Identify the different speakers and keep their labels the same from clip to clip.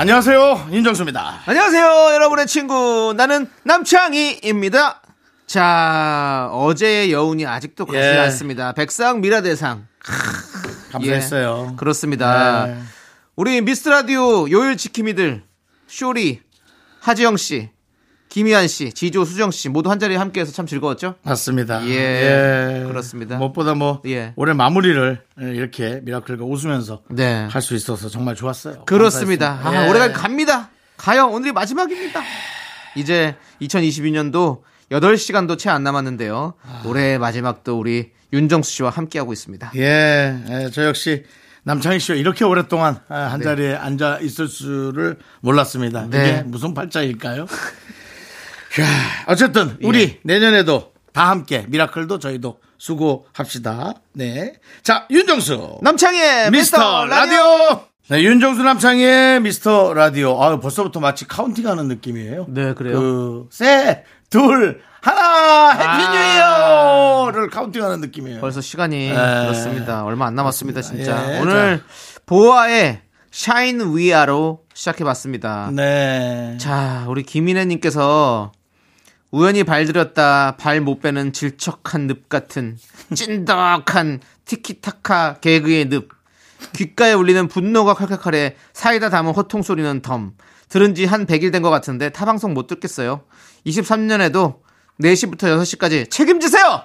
Speaker 1: 안녕하세요 윤정수입니다
Speaker 2: 안녕하세요, 여러분의 친구. 나는 남창희입니다. 자, 어제의 여운이 아직도 가지
Speaker 1: 예.
Speaker 2: 않습니다. 백상 미라대상.
Speaker 1: 감사했어요
Speaker 2: 예, 그렇습니다.
Speaker 1: 네.
Speaker 2: 우리 미스라디오 요일 지킴이들, 쇼리, 하지영씨, 김희한씨, 지조, 수정씨 모두 한 자리에 함께해서 참 즐거웠죠?
Speaker 1: 맞습니다
Speaker 2: 예, 그렇습니다.
Speaker 1: 무엇보다 뭐
Speaker 2: 예.
Speaker 1: 올해 마무리를 이렇게 미라클과 웃으면서
Speaker 2: 네.
Speaker 1: 할 수 있어서 정말 좋았어요
Speaker 2: 그렇습니다. 아,
Speaker 1: 감사했습니다. 예.
Speaker 2: 올해가 갑니다. 가요. 오늘이 마지막입니다. 이제 2022년도 8시간도 채 안 남았는데요. 올해 마지막도 우리 윤정수 씨와 함께하고 있습니다.
Speaker 1: 예, 예, 저 역시 남창희 씨와 이렇게 오랫동안 아, 한
Speaker 2: 네.
Speaker 1: 자리에 앉아 있을 줄을 몰랐습니다.
Speaker 2: 네.
Speaker 1: 이게 무슨 팔자일까요? 이야, 어쨌든
Speaker 2: 예.
Speaker 1: 우리 내년에도 다 함께 미라클도 저희도 수고합시다. 네, 자 윤정수
Speaker 2: 남창희의
Speaker 1: 미스터 라디오. 네, 윤정수 남창희의 미스터 라디오. 아, 벌써부터 마치 카운팅하는 느낌이에요.
Speaker 2: 네, 그래요?
Speaker 1: 그, 셋, 둘, 하나,
Speaker 2: 아.
Speaker 1: 해피 뉴이어를 카운팅하는 느낌이에요.
Speaker 2: 벌써 시간이
Speaker 1: 예.
Speaker 2: 그렇습니다. 얼마 안 남았습니다,
Speaker 1: 그렇습니다.
Speaker 2: 진짜.
Speaker 1: 예,
Speaker 2: 오늘 보아의 샤인 위아로 시작해봤습니다.
Speaker 1: 네.
Speaker 2: 자, 우리 김인혜님께서 우연히 발들였다 발 못 빼는 질척한 늪 같은 찐덕한 티키타카 개그의 늪 귓가에 울리는 분노가 칼칼칼해 사이다 담은 호통 소리는 덤 들은 지 한 100일 된 것 같은데 타 방송 못 듣겠어요 23년에도 4시부터 6시까지 책임지세요!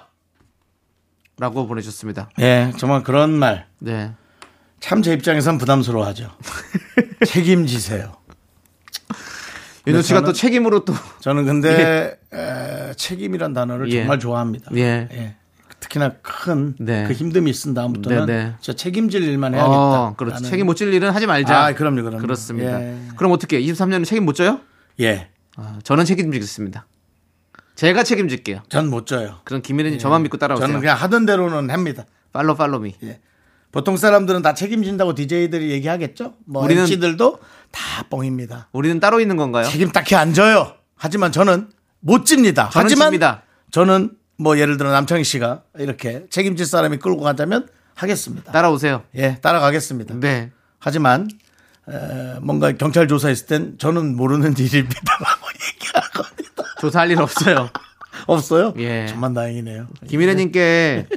Speaker 2: 라고 보내주셨습니다
Speaker 1: 예, 정말 그런 말.
Speaker 2: 네
Speaker 1: 참 제 입장에선 부담스러워하죠. 책임지세요.
Speaker 2: 윤호 씨가
Speaker 1: 저는-
Speaker 2: 또 책임으로 또
Speaker 1: 저는 근데 에, 책임이란 단어를
Speaker 2: 예.
Speaker 1: 정말 좋아합니다.
Speaker 2: 예.
Speaker 1: 특히나 큰 그
Speaker 2: 네.
Speaker 1: 힘듦이 있은 다음부터는
Speaker 2: 네, 네.
Speaker 1: 진짜 책임질 일만 해야겠다.
Speaker 2: 그렇죠.
Speaker 1: 라는-
Speaker 2: 책임 못 질 일은 하지 말자.
Speaker 1: 아, 그럼요, 그럼요.
Speaker 2: 그렇습니다.
Speaker 1: 예.
Speaker 2: 그럼 어떻게 23년은 책임 못 져요?
Speaker 1: 예,
Speaker 2: 아, 저는 책임지겠습니다. 제가 책임질게요.
Speaker 1: 전 못 져요.
Speaker 2: 그럼 김일현님 저만 믿고 따라오세요.
Speaker 1: 예. 저는 그냥 하던 대로는 합니다.
Speaker 2: 팔로 팔로미.
Speaker 1: 예. 보통 사람들은 다 책임진다고 DJ들이 얘기하겠죠. 뭐
Speaker 2: 우리는-
Speaker 1: MC들도 다 뻥입니다.
Speaker 2: 우리는 따로 있는 건가요?
Speaker 1: 책임 딱히 안 져요. 하지만 저는 못 집니다.
Speaker 2: 저는
Speaker 1: 하지만
Speaker 2: 집니다.
Speaker 1: 저는 뭐 예를 들어 남창희 씨가 이렇게 책임질 사람이 끌고 가자면 하겠습니다.
Speaker 2: 따라오세요.
Speaker 1: 예, 따라가겠습니다.
Speaker 2: 네.
Speaker 1: 하지만 에, 뭔가 경찰 조사했을 땐 저는 모르는 일입니다라고 얘기할 겁니다.
Speaker 2: 조사할 일 없어요.
Speaker 1: 없어요?
Speaker 2: 예.
Speaker 1: 정말 다행이네요.
Speaker 2: 김일현님께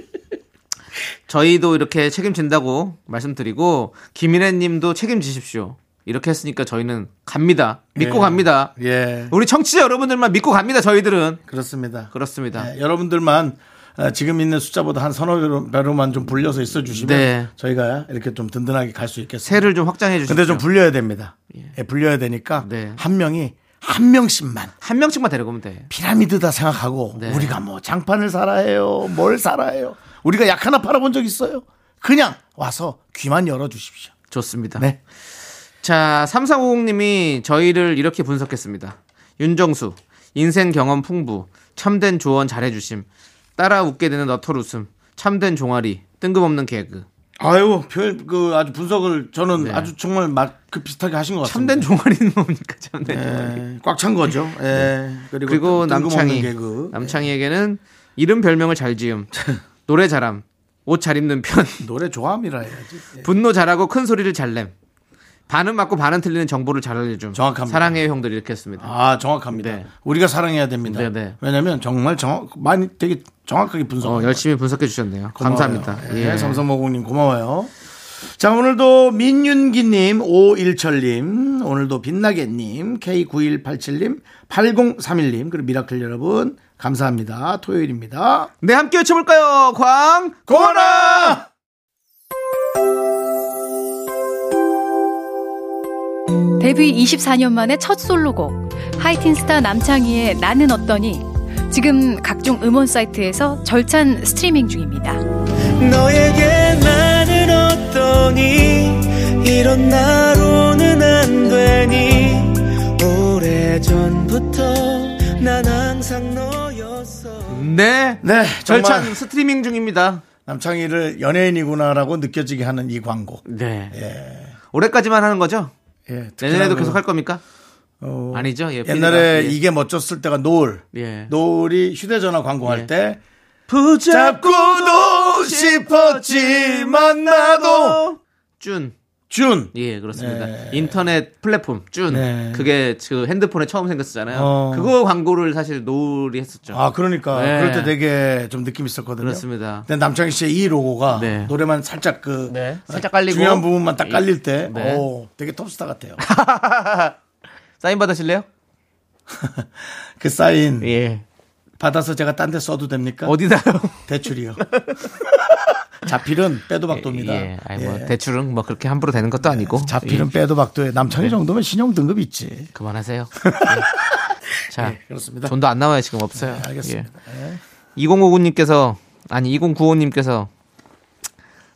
Speaker 2: 저희도 이렇게 책임진다고 말씀드리고 김일현님도 책임지십시오. 이렇게 했으니까 저희는 갑니다. 믿고
Speaker 1: 예.
Speaker 2: 갑니다.
Speaker 1: 예,
Speaker 2: 우리 청취자 여러분들만 믿고 갑니다. 저희들은
Speaker 1: 그렇습니다.
Speaker 2: 그렇습니다.
Speaker 1: 네, 여러분들만 어, 지금 있는 숫자보다 한 서너 배로- 배로만 좀 불려서 있어 주시면
Speaker 2: 네.
Speaker 1: 저희가 이렇게 좀 든든하게 갈 수 있겠습니다.
Speaker 2: 새를 좀 확장해 주십시오.
Speaker 1: 근데 좀 불려야 됩니다. 예, 불려야 되니까
Speaker 2: 네.
Speaker 1: 한 명이 한 명씩만
Speaker 2: 한 명씩만 데리고 오면 돼.
Speaker 1: 피라미드다 생각하고
Speaker 2: 네.
Speaker 1: 우리가 뭐 장판을 살아 해요. 뭘 살아 해요. 우리가 약 하나 팔아본 적 있어요. 그냥 와서 귀만 열어 주십시오.
Speaker 2: 좋습니다.
Speaker 1: 네.
Speaker 2: 자, 3450님이 저희를 이렇게 분석했습니다. 윤정수, 인생 경험 풍부, 참된 조언 잘해주심, 따라 웃게 되는 너털 웃음, 참된 종아리, 뜬금없는 개그.
Speaker 1: 아유, 표현, 그 아주 분석을 저는
Speaker 2: 네.
Speaker 1: 아주 정말 막 그 비슷하게 하신 것 같습니다.
Speaker 2: 참된 종아리는 뭡니까? 참된 종아리.
Speaker 1: 꽉 찬 거죠. 예. 네. 그리고,
Speaker 2: 네. 그리고
Speaker 1: 뜬- 뜬금없는
Speaker 2: 남창희.
Speaker 1: 개그. 네.
Speaker 2: 남창희에게는 이름 별명을 잘 지음, 노래 잘함, 옷 잘 입는 편,
Speaker 1: 노래 좋아함이라 해야지. 예.
Speaker 2: 분노 잘하고 큰 소리를 잘냄, 반은 맞고 반은 틀리는 정보를 잘 알려줌.
Speaker 1: 정확합니다.
Speaker 2: 사랑해요 형들 이렇게 했습니다.
Speaker 1: 아, 정확합니다.
Speaker 2: 네.
Speaker 1: 우리가 사랑해야 됩니다.
Speaker 2: 네, 네.
Speaker 1: 왜냐면 정말 정확, 많이 되게 정확하게 분석.
Speaker 2: 어, 열심히 분석해 주셨네요. 감사합니다.
Speaker 1: 예, 삼삼오공님 고마워요. 자, 오늘도 민윤기님, 오일철님, 오늘도 빛나게님, K9187님, 8031님, 그리고 미라클 여러분, 감사합니다. 토요일입니다.
Speaker 2: 네, 함께 외쳐볼까요? 광,
Speaker 1: 고마라!
Speaker 3: 데뷔 24년 만에 첫 솔로곡 하이틴 스타 남창희의 나는 어떠니 지금 각종 음원 사이트에서 절찬 스트리밍 중입니다.
Speaker 4: 너에게 나는 어떠니 이런 나로는 안 되니 예전부터 난 항상 너였어
Speaker 2: 네.
Speaker 1: 네, 정말
Speaker 2: 절찬 스트리밍 중입니다.
Speaker 1: 남창희를 연예인이구나라고 느껴지게 하는 이 광고.
Speaker 2: 네. 올해까지만 하는 거죠?
Speaker 1: 예, 특히나
Speaker 2: 내년에도
Speaker 1: 그,
Speaker 2: 계속 할 겁니까?
Speaker 1: 어,
Speaker 2: 아니죠. 예,
Speaker 1: 옛날에
Speaker 2: 필리가. 예.
Speaker 1: 이게 멋졌을 때가 노을.
Speaker 2: 예.
Speaker 1: 노을이 휴대전화 광고할
Speaker 2: 예.
Speaker 1: 때
Speaker 2: 부자
Speaker 1: 잡고도 싶었지만 나도
Speaker 2: 준.
Speaker 1: 준.
Speaker 2: 예, 그렇습니다.
Speaker 1: 네.
Speaker 2: 인터넷 플랫폼 준.
Speaker 1: 네.
Speaker 2: 그게 그 핸드폰에 처음 생겼었잖아요.
Speaker 1: 어.
Speaker 2: 그거 광고를 사실 노을이 했었죠.
Speaker 1: 아 그러니까
Speaker 2: 네.
Speaker 1: 그럴 때 되게 좀 느낌 있었거든요.
Speaker 2: 그렇습니다.
Speaker 1: 근데 남창희 씨의 이 로고가
Speaker 2: 네.
Speaker 1: 노래만 살짝 그
Speaker 2: 네, 살짝 깔리고.
Speaker 1: 중요한 부분만 딱 깔릴 때
Speaker 2: 네.
Speaker 1: 오, 되게 톱스타 같아요.
Speaker 2: 사인 받으실래요?
Speaker 1: 그 사인
Speaker 2: 예.
Speaker 1: 받아서 제가 딴 데 써도 됩니까?
Speaker 2: 어디다요?
Speaker 1: 대출이요. 자필은 빼도 박도입니다.
Speaker 2: 예. 아니 뭐
Speaker 1: 예.
Speaker 2: 대출은 뭐 그렇게 함부로 되는 것도 아니고.
Speaker 1: 자필은
Speaker 2: 예.
Speaker 1: 빼도 박도에 남창희 정도면 신용 등급 있지.
Speaker 2: 그만하세요. 예. 자,
Speaker 1: 그렇습니다. 네,
Speaker 2: 돈도 안 나와요 지금 없어요.
Speaker 1: 알겠습니다. 예.
Speaker 2: 2059님께서 아니 2095님께서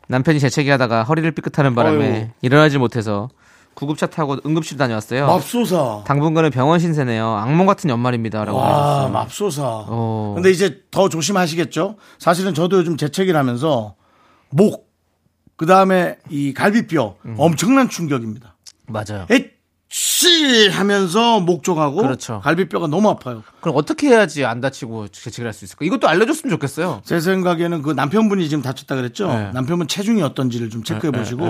Speaker 2: 남편이 재채기하다가 허리를 삐끗하는 바람에
Speaker 1: 아유.
Speaker 2: 일어나지 못해서 구급차 타고 응급실 다녀왔어요.
Speaker 1: 맙소사.
Speaker 2: 당분간은 병원 신세네요. 악몽 같은 연말입니다라고
Speaker 1: 와,
Speaker 2: 하셨어요.
Speaker 1: 아, 음, 맙소사.
Speaker 2: 어.
Speaker 1: 근데 이제 더 조심하시겠죠? 사실은 저도 요즘 재채기라면서 목, 그 다음에 이 갈비뼈 엄청난 충격입니다.
Speaker 2: 음. 맞아요.
Speaker 1: 에치 하면서 목 쪽하고
Speaker 2: 그렇죠.
Speaker 1: 갈비뼈가 너무 아파요.
Speaker 2: 그럼 어떻게 해야지 안 다치고 재채기를 할 수 있을까? 이것도 알려줬으면 좋겠어요.
Speaker 1: 제 생각에는 그 남편분이 지금 다쳤다 그랬죠?
Speaker 2: 네.
Speaker 1: 남편분 체중이 어떤지를 좀 체크해 보시고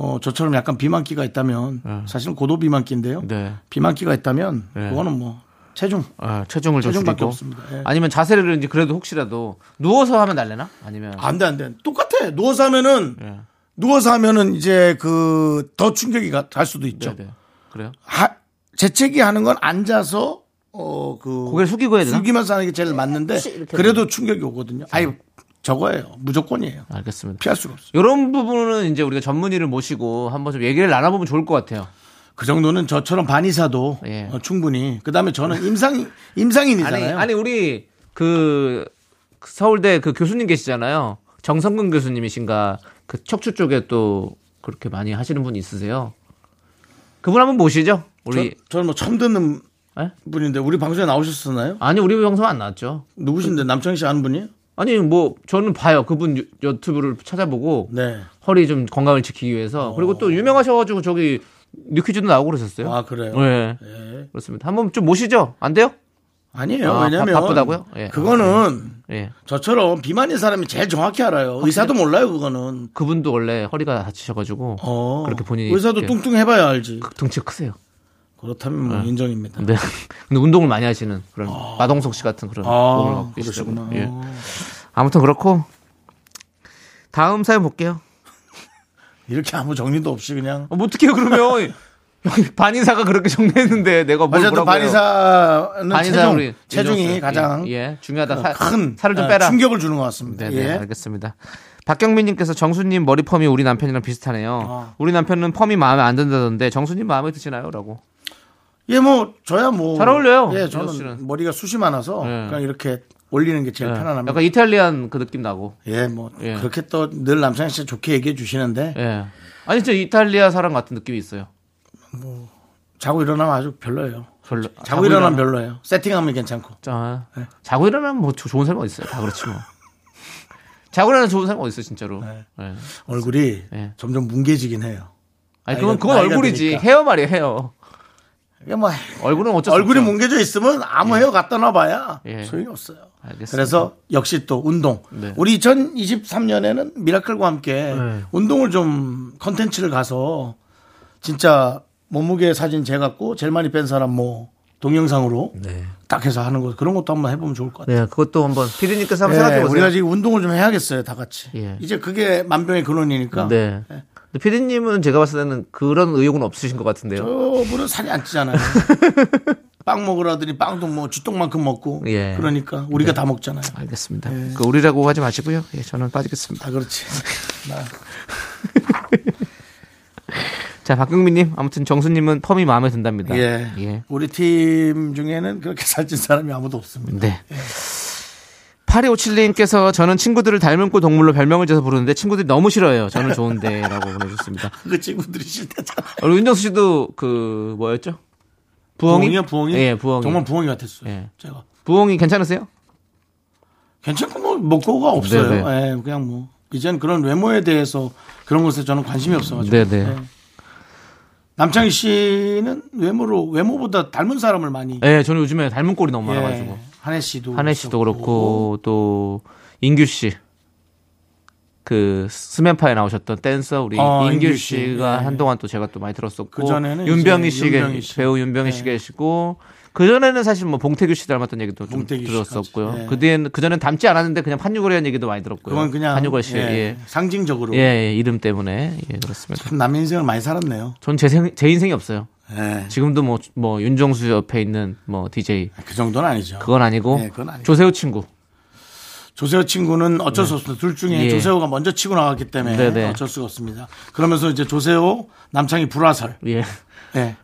Speaker 1: 어, 저처럼 약간 비만기가 있다면 사실은 고도 비만기인데요.
Speaker 2: 네.
Speaker 1: 비만기가 있다면
Speaker 2: 네.
Speaker 1: 그거는 뭐 체중
Speaker 2: 아, 체중을 좀
Speaker 1: 체중밖에
Speaker 2: 줄이고
Speaker 1: 없습니다. 예.
Speaker 2: 아니면 자세를 이제 그래도 혹시라도 누워서 하면 날래나? 아니면
Speaker 1: 안 돼, 안 돼. 똑같아. 누워서 하면은,
Speaker 2: 예.
Speaker 1: 누워서 하면은 이제 그, 더 충격이 가- 갈 수도 있죠.
Speaker 2: 네, 네. 그래요?
Speaker 1: 하- 재채기 하는 건 앉아서, 어, 그.
Speaker 2: 고개를 숙이고 해야 되나?
Speaker 1: 숙이면서 하는 게 제일 맞는데, 그래도 네, 충격이 오거든요. 아니,
Speaker 2: 네.
Speaker 1: 저거예요. 무조건이에요.
Speaker 2: 알겠습니다.
Speaker 1: 피할 수가 없어요.
Speaker 2: 이런 부분은 이제 우리가 전문의를 모시고 한번 좀 얘기를 나눠보면 좋을 것 같아요.
Speaker 1: 그 정도는 저처럼 반의사도
Speaker 2: 예.
Speaker 1: 어, 충분히. 그 다음에 저는 임상, 임상인이잖아요.
Speaker 2: 아니, 아니 우리 그 서울대 그 교수님 계시잖아요. 정성근 교수님이신가 그 척추 쪽에 또 그렇게 많이 하시는 분 있으세요. 그분 한번 모시죠. 우리
Speaker 1: 저, 는뭐 처음 듣는
Speaker 2: 예?
Speaker 1: 분인데, 우리 방송에 나오셨었나요?
Speaker 2: 아니 우리 방송 안 나왔죠.
Speaker 1: 누구신데, 남창희 씨 아는 분이에요?
Speaker 2: 아니 뭐 저는 봐요. 그분 유- 유튜브를 찾아보고
Speaker 1: 네.
Speaker 2: 허리 좀 건강을 지키기
Speaker 1: 어.
Speaker 2: 위해서 그리고 또 유명하셔가지고 저기 뉴퀴즈도 나오고 그러셨어요.
Speaker 1: 아, 그래요?
Speaker 2: 네.
Speaker 1: 예.
Speaker 2: 그렇습니다. 한번 좀 모시죠. 안 돼요?
Speaker 1: 아니에요.
Speaker 2: 아,
Speaker 1: 왜냐면.
Speaker 2: 바- 바쁘다고요? 예.
Speaker 1: 그거는
Speaker 2: 예.
Speaker 1: 저처럼 비만인 사람이 제일 정확히 알아요. 의사도 몰라요, 그거는.
Speaker 2: 그분도 원래 허리가 다치셔가지고
Speaker 1: 어.
Speaker 2: 그렇게 본인이 예.
Speaker 1: 의사도
Speaker 2: 이렇게
Speaker 1: 뚱뚱해봐야 알지.
Speaker 2: 등치가 크세요.
Speaker 1: 그렇다면 뭐 인정입니다.
Speaker 2: 네. 근데 운동을 많이 하시는 그런 마동석 씨 같은 그런 몸을
Speaker 1: 아,
Speaker 2: 갖고 계시더라고요.
Speaker 1: 그러시구나.
Speaker 2: 예. 아무튼 그렇고 다음 사연 볼게요.
Speaker 1: 이렇게 아무 정리도 없이 그냥.
Speaker 2: 어, 뭐 어떻게요 그러면 여기 반인사가 그렇게 정리했는데 내가 뭘
Speaker 1: 어쨌든
Speaker 2: 뭐라고 해요.
Speaker 1: 반의사는
Speaker 2: 반인사 우리
Speaker 1: 체중, 체중이
Speaker 2: 윤정수.
Speaker 1: 가장
Speaker 2: 예, 예. 중요하다.
Speaker 1: 어,
Speaker 2: 살-
Speaker 1: 큰
Speaker 2: 살을 좀
Speaker 1: 어,
Speaker 2: 빼라.
Speaker 1: 충격을 주는 것 같습니다.
Speaker 2: 네, 네,
Speaker 1: 예.
Speaker 2: 알겠습니다. 박경민님께서 정수님 머리 펌이 우리 남편이랑 비슷하네요.
Speaker 1: 아.
Speaker 2: 우리 남편은 펌이 마음에 안 든다던데 정수님 마음에 드시나요?라고.
Speaker 1: 예, 뭐 저야 뭐.
Speaker 2: 잘 어울려요,
Speaker 1: 예,
Speaker 2: 윤정수 씨는.
Speaker 1: 저는 머리가 숱이 많아서
Speaker 2: 예.
Speaker 1: 그냥 이렇게 올리는 게 제일 편안합니다.
Speaker 2: 약간 이탈리안 그 느낌 나고.
Speaker 1: 예, 뭐
Speaker 2: 예.
Speaker 1: 그렇게 또 늘 남창희 씨 좋게 얘기해 주시는데
Speaker 2: 예. 아니 진짜 이탈리아 사람 같은 느낌이 있어요.
Speaker 1: 자고 일어나면 아주 별로예요.
Speaker 2: 별로.
Speaker 1: 자고 일어나면 별로예요. 세팅하면 괜찮고.
Speaker 2: 자, 자고 일어나면 뭐 조- 좋은 사람 어디 있어요? 다 그렇지 뭐. 자고 일어나면 좋은 사람 어디 있어 진짜로.
Speaker 1: 네.
Speaker 2: 예.
Speaker 1: 얼굴이
Speaker 2: 예.
Speaker 1: 점점 뭉개지긴 해요.
Speaker 2: 아니 그건
Speaker 1: 나이가-
Speaker 2: 그건
Speaker 1: 나이가
Speaker 2: 얼굴이지
Speaker 1: 드니까.
Speaker 2: 헤어 말이에요 헤어.
Speaker 1: 이게 뭐
Speaker 2: 얼굴은 어쩔 수
Speaker 1: 얼굴이
Speaker 2: 없죠.
Speaker 1: 뭉개져 있으면 아무 헤어 갖다 놔봐야
Speaker 2: 예.
Speaker 1: 소용이 없어요.
Speaker 2: 알겠습니다.
Speaker 1: 그래서 역시 또 운동.
Speaker 2: 네.
Speaker 1: 우리 2023년에는 미라클과 함께 운동을 좀 컨텐츠를 가서 진짜 몸무게 사진 재갖고 제일 많이 뺀 사람 뭐 동영상으로
Speaker 2: 네.
Speaker 1: 딱 해서 하는 거 그런 것도 한번 해보면 좋을 것 같아요.
Speaker 2: 네, 그것도 한번 피디님께서 한번
Speaker 1: 예,
Speaker 2: 생각해 보세요.
Speaker 1: 우리가 지금 운동을 좀 해야겠어요, 다 같이.
Speaker 2: 예.
Speaker 1: 이제 그게 만병의 근원이니까.
Speaker 2: 네. 근데 피디님은 제가 봤을 때는 그런 의욕은 없으신 것 같은데요.
Speaker 1: 어, 물은 살이 안 찌잖아요. 빵 먹으라더니 빵도 뭐 쥐똥만큼 먹고.
Speaker 2: 예.
Speaker 1: 그러니까 우리가 다 먹잖아요.
Speaker 2: 알겠습니다.
Speaker 1: 네.
Speaker 2: 그 우리라고 하지 마시고요. 예, 저는 빠지겠습니다.
Speaker 1: 다 그렇지. 나
Speaker 2: 자, 박경민님 아무튼 정수님은 펌이 마음에 든답니다.
Speaker 1: 예. 우리 팀 중에는 그렇게 살찐 사람이 아무도 없습니다.
Speaker 2: 네. 8257님께서 저는 친구들을 닮은꼴 동물로 별명을 지어서 부르는데 친구들이 너무 싫어요. 저는 좋은데 라고 보내주셨습니다. 어,
Speaker 1: 그 친구들이 싫대잖아.
Speaker 2: 우리 윤정수 씨도 그 뭐였죠? 부엉이?
Speaker 1: 부엉이요, 부엉이?
Speaker 2: 예, 부엉이.
Speaker 1: 정말 부엉이 같았어요.
Speaker 2: 예.
Speaker 1: 제가.
Speaker 2: 부엉이 괜찮으세요?
Speaker 1: 괜찮고 뭐 먹고가 없어요.
Speaker 2: 네,
Speaker 1: 예, 그냥 뭐 이젠 그런 외모에 대해서 그런 것에 저는 관심이 없어가지고.
Speaker 2: 네네.
Speaker 1: 예. 남창희 씨는 외모로 외모보다 닮은 사람을 많이.
Speaker 2: 예, 저는 요즘에 닮은 꼴이 너무 많아가지고
Speaker 1: 예, 한혜 씨도.
Speaker 2: 한혜 씨도 그렇고 또 인규 씨. 그 스맨파에 나오셨던 댄서 우리
Speaker 1: 어,
Speaker 2: 인규
Speaker 1: 인규 씨.
Speaker 2: 씨가
Speaker 1: 예.
Speaker 2: 한동안 또 제가 또 많이 들었었고
Speaker 1: 그전에는 이제
Speaker 2: 윤병희 씨,
Speaker 1: 윤병희
Speaker 2: 계
Speaker 1: 씨. 네.
Speaker 2: 배우 윤병희 씨 계시고 그 전에는 사실 뭐 봉태규 씨 닮았던 얘기도 좀
Speaker 1: 봉태규
Speaker 2: 들었었고요.
Speaker 1: 씨까지. 예.
Speaker 2: 그 뒤에는 그 전에는 닮지 않았는데 그냥 판유걸이라는 얘기도 많이 들었고요.
Speaker 1: 그건 그냥
Speaker 2: 판유걸 씨
Speaker 1: 예,
Speaker 2: 예.
Speaker 1: 상징적으로
Speaker 2: 예, 예, 이름 때문에 예 그렇습니다.
Speaker 1: 참 남의 인생을 많이 살았네요.
Speaker 2: 전제제 제 인생이 없어요.
Speaker 1: 예.
Speaker 2: 지금도 뭐 뭐 윤정수 옆에 있는 뭐 DJ
Speaker 1: 그 정도는 아니죠.
Speaker 2: 그건 아니고
Speaker 1: 예, 그건 아니고.
Speaker 2: 조세호 친구
Speaker 1: 조세호 친구는 어쩔 수 없습니다. 둘 중에
Speaker 2: 예.
Speaker 1: 조세호가 먼저 치고 나갔기 때문에
Speaker 2: 네네.
Speaker 1: 어쩔 수가 없습니다. 그러면서 이제 조세호, 남창희 불화설.
Speaker 2: 예
Speaker 1: 예.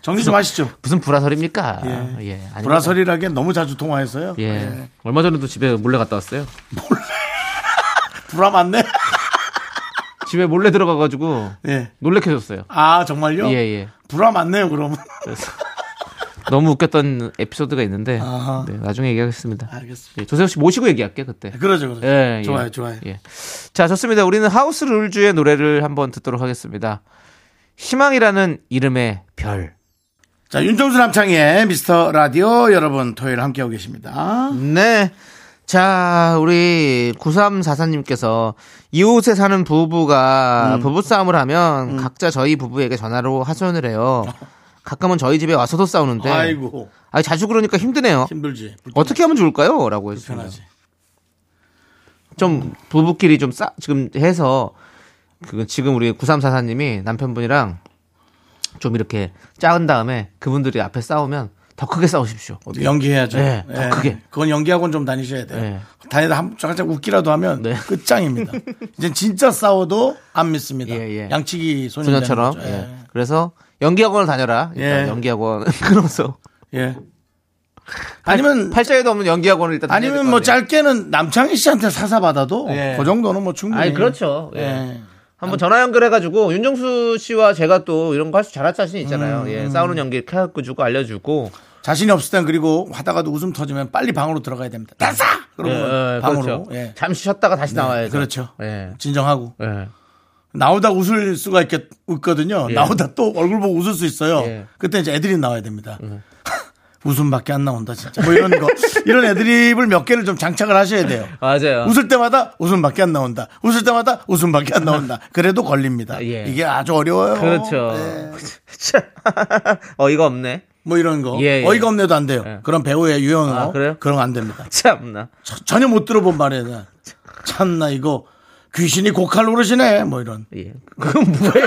Speaker 1: 정리 좀 하시죠.
Speaker 2: 무슨 불화설입니까? 예, 아닙니다.
Speaker 1: 불화설이라기엔 네. 너무 자주 통화해서요.
Speaker 2: 예. 얼마 전에도 집에 몰래 갔다 왔어요.
Speaker 1: 불화 맞네.
Speaker 2: 집에 몰래 들어가가지고
Speaker 1: 예.
Speaker 2: 놀래켜줬어요.
Speaker 1: 아 정말요?
Speaker 2: 예, 예.
Speaker 1: 불화 맞네요. 그럼
Speaker 2: 그래서 너무 웃겼던 에피소드가 있는데
Speaker 1: 아.
Speaker 2: 네, 나중에 얘기하겠습니다.
Speaker 1: 알겠습니다.
Speaker 2: 예, 조세호 씨 모시고 얘기할게 그때.
Speaker 1: 그러죠, 네, 그러죠.
Speaker 2: 예, 예.
Speaker 1: 좋아요, 좋아요.
Speaker 2: 예. 자, 좋습니다. 우리는 하우스 룰즈의 노래를 한번 듣도록 하겠습니다. 희망이라는 이름의 별.
Speaker 1: 자, 윤정수 남창희의 미스터 라디오 여러분 토요일 함께하고 계십니다.
Speaker 2: 네. 자, 우리 9344님께서 이웃에 사는 부부가
Speaker 1: 음.
Speaker 2: 부부싸움을 하면 각자 저희 부부에게 전화로 하소연을 해요. 가끔은 저희 집에 와서도 싸우는데
Speaker 1: 아이고
Speaker 2: 아, 자주 그러니까 힘드네요.
Speaker 1: 힘들지.
Speaker 2: 어떻게 하면 좋을까요? 라고 했습니다.
Speaker 1: 불편하지.
Speaker 2: 좀 부부끼리 좀 싸, 지금 해서 그 지금 우리 9344님이 남편분이랑 좀 이렇게 짜은 다음에 그분들이 앞에 싸우면 더 크게 싸우십시오.
Speaker 1: 그 연기해야죠. 네.
Speaker 2: 예, 더 크게.
Speaker 1: 그건 연기학원 좀 다니셔야 돼요. 다니다 한 잠깐 웃기라도 하면
Speaker 2: 네.
Speaker 1: 끝장입니다. 이제 진짜 싸워도 안 믿습니다.
Speaker 2: 예, 예.
Speaker 1: 양치기 소년
Speaker 2: 소녀처럼.
Speaker 1: 되는
Speaker 2: 예.
Speaker 1: 거죠.
Speaker 2: 그래서 연기학원을 다녀라. 일단
Speaker 1: 예.
Speaker 2: 연기학원. 그러면서
Speaker 1: 예. 예. 아니면
Speaker 2: 팔자에도 없는 연기학원을 일단 다녀야
Speaker 1: 아니면
Speaker 2: 될
Speaker 1: 뭐
Speaker 2: 것 같아요.
Speaker 1: 짧게는 남창희 씨한테 사사 받아도
Speaker 2: 예.
Speaker 1: 그 정도는 뭐 충분히.
Speaker 2: 아니, 그렇죠. 예.
Speaker 1: 예.
Speaker 2: 한번 전화 연결해가지고 윤정수 씨와 제가 또 이런 거 할 수 잘할 자신 있잖아요.
Speaker 1: 음,
Speaker 2: 예, 싸우는 연기 이렇게 해갖고 주고 알려주고
Speaker 1: 자신이 없을 땐 그리고 하다가도 웃음 터지면 빨리 방으로 들어가야 됩니다. 나사! 그러면
Speaker 2: 예,
Speaker 1: 방으로.
Speaker 2: 그렇죠.
Speaker 1: 예.
Speaker 2: 잠시 쉬었다가 다시 나와야죠.
Speaker 1: 그렇죠. 어,
Speaker 2: 예.
Speaker 1: 진정하고.
Speaker 2: 예.
Speaker 1: 나오다 웃을 수가 있겠, 웃거든요.
Speaker 2: 예.
Speaker 1: 나오다 또 얼굴 보고 웃을 수 있어요.
Speaker 2: 예.
Speaker 1: 그때 이제 애들이 나와야 됩니다. 웃음밖에 안 나온다, 진짜. 뭐 이런 거. 이런 애드립을 몇 개를 좀 장착을 하셔야 돼요.
Speaker 2: 맞아요.
Speaker 1: 웃을 때마다 웃음밖에 안 나온다. 웃을 때마다 웃음밖에 안 나온다. 그래도 걸립니다.
Speaker 2: 예.
Speaker 1: 이게 아주 어려워요.
Speaker 2: 그렇죠.
Speaker 1: 예.
Speaker 2: 참, 어이가 없네.
Speaker 1: 뭐 이런 거.
Speaker 2: 예, 예.
Speaker 1: 어이가 없네도 안 돼요. 그런 배우의 유형어.
Speaker 2: 아, 그래요?
Speaker 1: 그런 거 안 됩니다.
Speaker 2: 참나.
Speaker 1: 저- 전혀 못 들어본 말이야. 참나 이거 귀신이 고칼 오르시네. 뭐 이런.
Speaker 2: 예. 그건 뭐예요?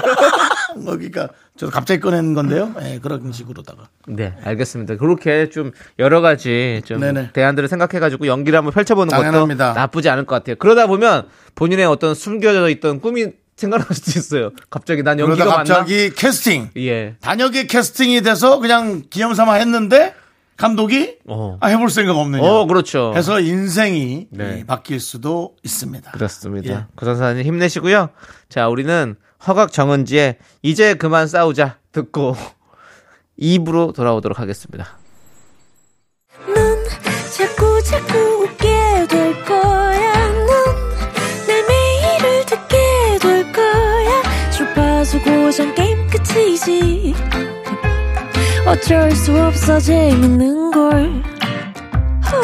Speaker 1: 여기가 그러니까 저 갑자기 꺼낸
Speaker 2: 음.
Speaker 1: 건데요. 예, 그런 식으로다가.
Speaker 2: 네, 알겠습니다. 그렇게 좀 여러 가지 좀
Speaker 1: 네네.
Speaker 2: 대안들을 생각해가지고 연기를 한번 펼쳐보는
Speaker 1: 당연합니다.
Speaker 2: 것도 나쁘지 않을 것 같아요. 그러다 보면 본인의 어떤 숨겨져 있던 꿈이 생각날 수도 있어요. 갑자기 난 연기가
Speaker 1: 그러다
Speaker 2: 맞나?
Speaker 1: 갑자기 캐스팅.
Speaker 2: 예.
Speaker 1: 단역의 캐스팅이 돼서 그냥 기념삼아 했는데 감독이
Speaker 2: 어.
Speaker 1: 아, 해볼 생각 없느냐.
Speaker 2: 어, 그렇죠.
Speaker 1: 해서 인생이
Speaker 2: 네.
Speaker 1: 예, 바뀔 수도 있습니다.
Speaker 2: 그렇습니다.
Speaker 1: 예.
Speaker 2: 구선사님 힘내시고요. 자, 우리는 허각 정은지의 이제 그만 싸우자 듣고 입으로 돌아오도록 하겠습니다.
Speaker 5: 넌 자꾸 자꾸 웃게 될 거야. 넌내 매일을 듣게 될 거야. 주파수 고정 게임 끝이지. 어쩔 수 없어 재밌는 걸. 후.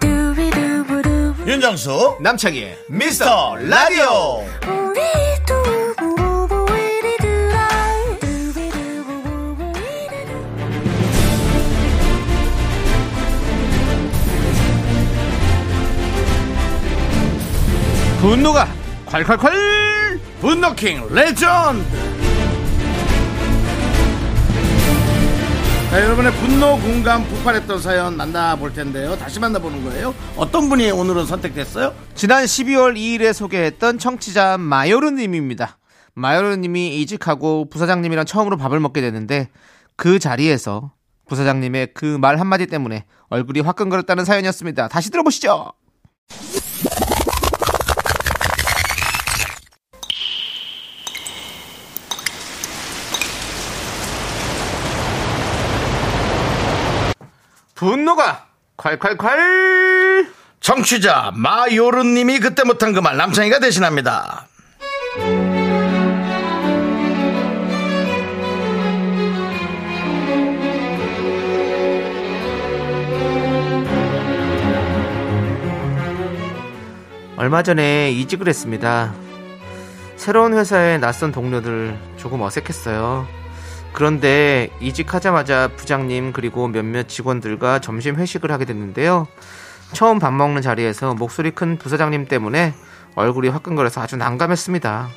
Speaker 5: 두비두부두.
Speaker 1: 윤정수 남창희의 미스터 라디오.
Speaker 5: 우리 두부부부 우리 두라. 두비두부부부 우리 두라.
Speaker 2: 분노가 콸콸콸!
Speaker 1: 분노킹 레전드 자, 여러분의 분노 공감 폭발했던 사연 만나볼 텐데요 다시 만나보는 거예요 어떤 분이 오늘은 선택됐어요?
Speaker 2: 지난 12월 2일에 소개했던 청취자 마요르님입니다. 마요르님이 이직하고 부사장님이랑 처음으로 밥을 먹게 됐는데 그 자리에서 부사장님의 그 말 한마디 때문에 얼굴이 화끈거렸다는 사연이었습니다. 다시 들어보시죠. 분노가 콸콸콸!
Speaker 1: 정취자 마요르님이 그때 못한 그 말 남창이가 대신합니다.
Speaker 2: 얼마 전에 이직을 했습니다. 새로운 회사의 낯선 동료들 조금 어색했어요. 그런데 이직하자마자 부장님 그리고 몇몇 직원들과 점심 회식을 하게 됐는데요. 처음 밥 먹는 자리에서 목소리 큰 부사장님 때문에 얼굴이 화끈거려서 아주 난감했습니다.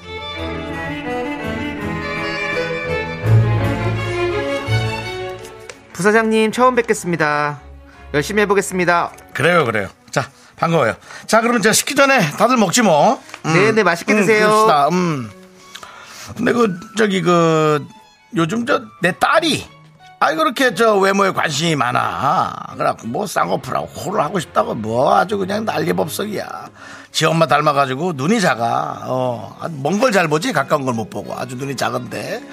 Speaker 2: 부사장님 처음 뵙겠습니다. 열심히 해보겠습니다.
Speaker 1: 그래요, 그래요. 자, 반가워요. 자, 그러면 제가 식기 전에 다들 먹지 뭐.
Speaker 2: 네, 네, 맛있게 드세요.
Speaker 1: 그럽시다. 음. 근데 그, 저기 그, 요즘 저, 내 딸이, 아이, 그렇게 저 외모에 관심이 많아. 그래갖고 뭐 쌍꺼풀하고 코를 하고 싶다고 뭐 아주 그냥 난리법석이야. 지 엄마 닮아가지고 눈이 작아. 어, 먼 걸 잘 보지 가까운 걸 못 보고 아주 눈이 작은데.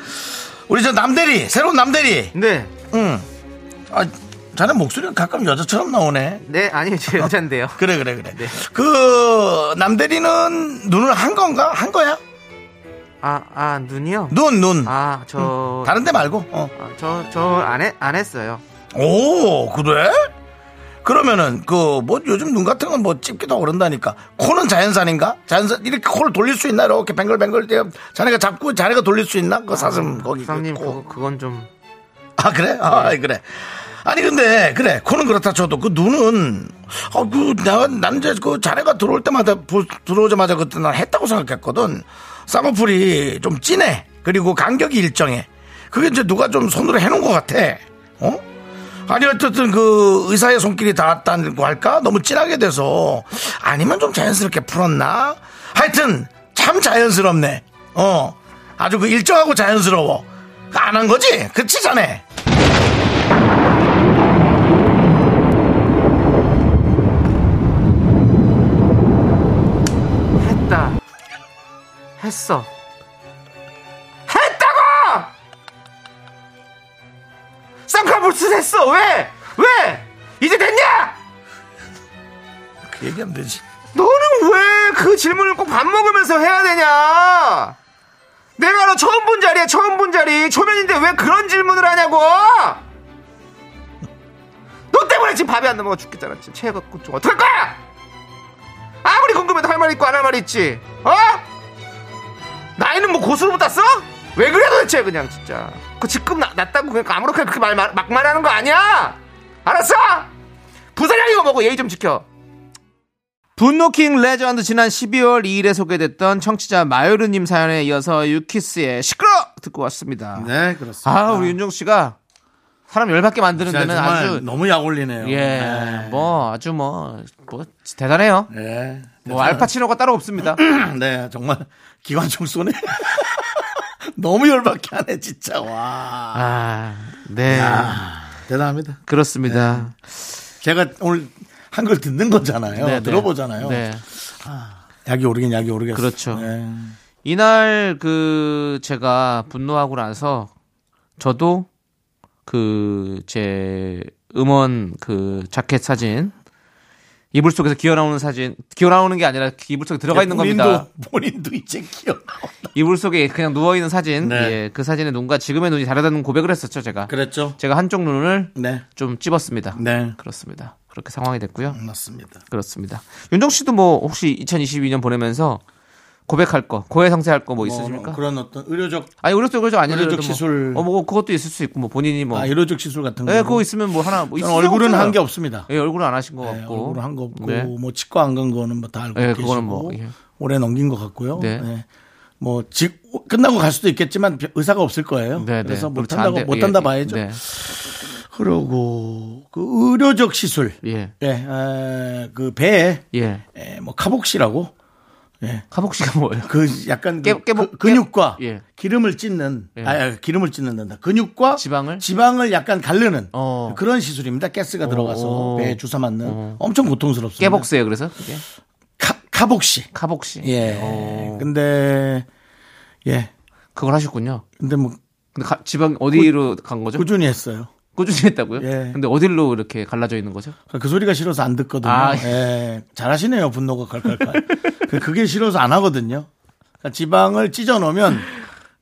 Speaker 1: 우리 저 남대리, 새로운 남대리.
Speaker 2: 네,
Speaker 1: 응. 아, 자네 목소리가 가끔 여자처럼 나오네.
Speaker 2: 네, 아니요, 저 여잔데요.
Speaker 1: 그래, 그래, 그래.
Speaker 2: 네.
Speaker 1: 그, 남대리는 눈을 한 건가? 한 거야?
Speaker 2: 아, 아, 눈이요?
Speaker 1: 눈, 눈.
Speaker 2: 아, 저.
Speaker 1: 다른 데 말고. 어.
Speaker 2: 아, 저, 저, 안, 해, 안 했어요.
Speaker 1: 오, 그래? 그러면은, 그, 뭐, 요즘 눈 같은 건 뭐 찝기도 하고 그런다니까. 코는 자연산인가? 자연산, 이렇게 코를 돌릴 수 있나? 이렇게 뱅글뱅글. 돼요. 자네가 잡고 자네가 돌릴 수 있나? 그 사슴, 거기. 그
Speaker 2: 부장님,
Speaker 1: 코.
Speaker 2: 아, 그거, 그건 좀.
Speaker 1: 아 그래? 아 그래. 아니 근데 그래 코는 그렇다 쳐도 그 눈은 어, 아그난 이제 그 자네가 들어올 때마다 보- 들어오자마자 그때 난 했다고 생각했거든. 쌍꺼풀이 좀 진해 그리고 간격이 일정해. 그게 이제 누가 좀 손으로 해놓은 것 같아. 어? 아니 어쨌든 그 의사의 손길이 닿았다고 할까 너무 진하게 돼서 아니면 좀 자연스럽게 풀었나? 하여튼 참 자연스럽네. 어 아주 그 일정하고 자연스러워. 안 한 거지? 그치 자네?
Speaker 2: 했다. 했어. 했다고! 쌍꺼풀 수했어 왜? 왜? 이제 됐냐?
Speaker 1: 그 얘기하면 되지.
Speaker 2: 너는 왜 그 질문을 꼭 밥 먹으면서 해야 되냐? 내가 너 처음 본 자리야, 처음 본 자리. 초면인데 왜 그런 질문을 하냐고! 너 때문에 지금 밥이 안 넘어가 죽겠잖아. 지금 체해갖고 좀 어떡할 거야! 아무리 궁금해도 할 말 있고 안 할 말이 있지. 어? 나이는 뭐 고수로 땄어? 왜 그래 도대체 그냥 진짜. 그 직급 낮, 낮다고 그냥 아무렇게 그렇게 말, 말- 막 말하는 거 아니야! 알았어! 부사장 이거 먹고 예의 좀 지켜. 분노킹 레전드 지난 12월 2일에 소개됐던 청취자 마요르님 사연에 이어서 유키스의 시끄러 듣고 왔습니다.
Speaker 1: 네, 그렇습니다.
Speaker 2: 아 우리 윤종 씨가 사람 열받게 만드는
Speaker 1: 진짜
Speaker 2: 데는
Speaker 1: 정말
Speaker 2: 아주
Speaker 1: 너무 약 올리네요.
Speaker 2: 예, 뭐 아주 뭐, 뭐 대단해요.
Speaker 1: 네. 예.
Speaker 2: 뭐 알파치노가 따로 없습니다.
Speaker 1: 네, 정말 기관총 쏘네. 너무 열받게 하네, 진짜. 와.
Speaker 2: 아, 네,
Speaker 1: 대단합니다.
Speaker 2: 그렇습니다.
Speaker 1: 제가 오늘 한 걸 듣는 거잖아요.
Speaker 2: 네, 네.
Speaker 1: 들어보잖아요.
Speaker 2: 네.
Speaker 1: 약이 오르긴 약이 오르겠어.
Speaker 2: 그렇죠.
Speaker 1: 네.
Speaker 2: 이날 그 제가 분노하고 나서 저도 그 제 음원 그 자켓 사진 이불 속에서 기어 나오는 사진 기어 나오는 게 아니라 이불 속에 들어가 있는
Speaker 1: 본인도,
Speaker 2: 겁니다.
Speaker 1: 본인도 이제 기억나온다.
Speaker 2: 이불 속에 그냥 누워 있는 사진.
Speaker 1: 네.
Speaker 2: 예, 그 사진의 눈과 지금의 눈이 다르다는 고백을 했었죠, 제가.
Speaker 1: 그랬죠.
Speaker 2: 제가 한쪽 눈을
Speaker 1: 네.
Speaker 2: 좀 찝었습니다.
Speaker 1: 네.
Speaker 2: 그렇습니다. 그렇게 상황이 됐고요.
Speaker 1: 맞습니다.
Speaker 2: 그렇습니다. 윤정 씨도 뭐 혹시 2022년 보내면서 고백할 거, 고해성사할 거 뭐 있으십니까?
Speaker 1: 뭐 그런 어떤 의료적,
Speaker 2: 아니 의료적 의료적 아니라
Speaker 1: 의료적 시술.
Speaker 2: 뭐, 어, 뭐 그것도 있을 수 있고 뭐 본인이 뭐
Speaker 1: 아, 의료적 시술 같은 거.
Speaker 2: 예, 그거 있으면 뭐 하나 뭐
Speaker 1: 저는
Speaker 2: 있으면
Speaker 1: 얼굴은
Speaker 2: 없잖아요.
Speaker 1: 한 게 없습니다.
Speaker 2: 예, 얼굴은 안 하신 것
Speaker 1: 네,
Speaker 2: 같고
Speaker 1: 얼굴 한거 없고
Speaker 2: 네.
Speaker 1: 뭐 치과 안 간 거는 뭐 다 알고
Speaker 2: 네,
Speaker 1: 계시고
Speaker 2: 그거는 뭐, 예.
Speaker 1: 오래 넘긴 것 같고요.
Speaker 2: 네.
Speaker 1: 네. 뭐 지, 끝나고 갈 수도 있겠지만 의사가 없을 거예요.
Speaker 2: 네, 네.
Speaker 1: 그래서 못
Speaker 2: 그렇죠.
Speaker 1: 한다고
Speaker 2: 안 돼.
Speaker 1: 못 한다
Speaker 2: 예,
Speaker 1: 봐야죠.
Speaker 2: 네.
Speaker 1: 그러고 그 의료적 시술,
Speaker 2: 예.
Speaker 1: 예, 에, 그 배에
Speaker 2: 예.
Speaker 1: 예, 뭐 카복시라고
Speaker 2: 카복 씨가 뭐예요?
Speaker 1: 그 약간 그
Speaker 2: 깨- 깨복-
Speaker 1: 그- 근육과
Speaker 2: 깨- 예.
Speaker 1: 기름을 찢는
Speaker 2: 예.
Speaker 1: 아, 아, 기름을 찢는다. 근육과
Speaker 2: 지방을?
Speaker 1: 지방을 약간 가르는
Speaker 2: 어.
Speaker 1: 그런 시술입니다. 가스가 들어가서
Speaker 2: 어.
Speaker 1: 배에 주사 맞는
Speaker 2: 어.
Speaker 1: 엄청 고통스럽습니다.
Speaker 2: 깨복스예요, 그래서 그게
Speaker 1: 카, 카복시.
Speaker 2: 카복 씨.
Speaker 1: 예.
Speaker 2: 어,
Speaker 1: 근데 예.
Speaker 2: 그걸 하셨군요.
Speaker 1: 근데 뭐
Speaker 2: 근데 가- 지방 어디로 간 거죠?
Speaker 1: 꾸준히 했어요.
Speaker 2: 꾸준히 했다고요?
Speaker 1: 예.
Speaker 2: 근데 어딜로 이렇게 갈라져 있는 거죠?
Speaker 1: 그 소리가 싫어서 안 듣거든요.
Speaker 2: 아.
Speaker 1: 예. 잘하시네요. 분노가 칼칼칼. 그- 그게 싫어서 안 하거든요. 그러니까 지방을 찢어 놓으면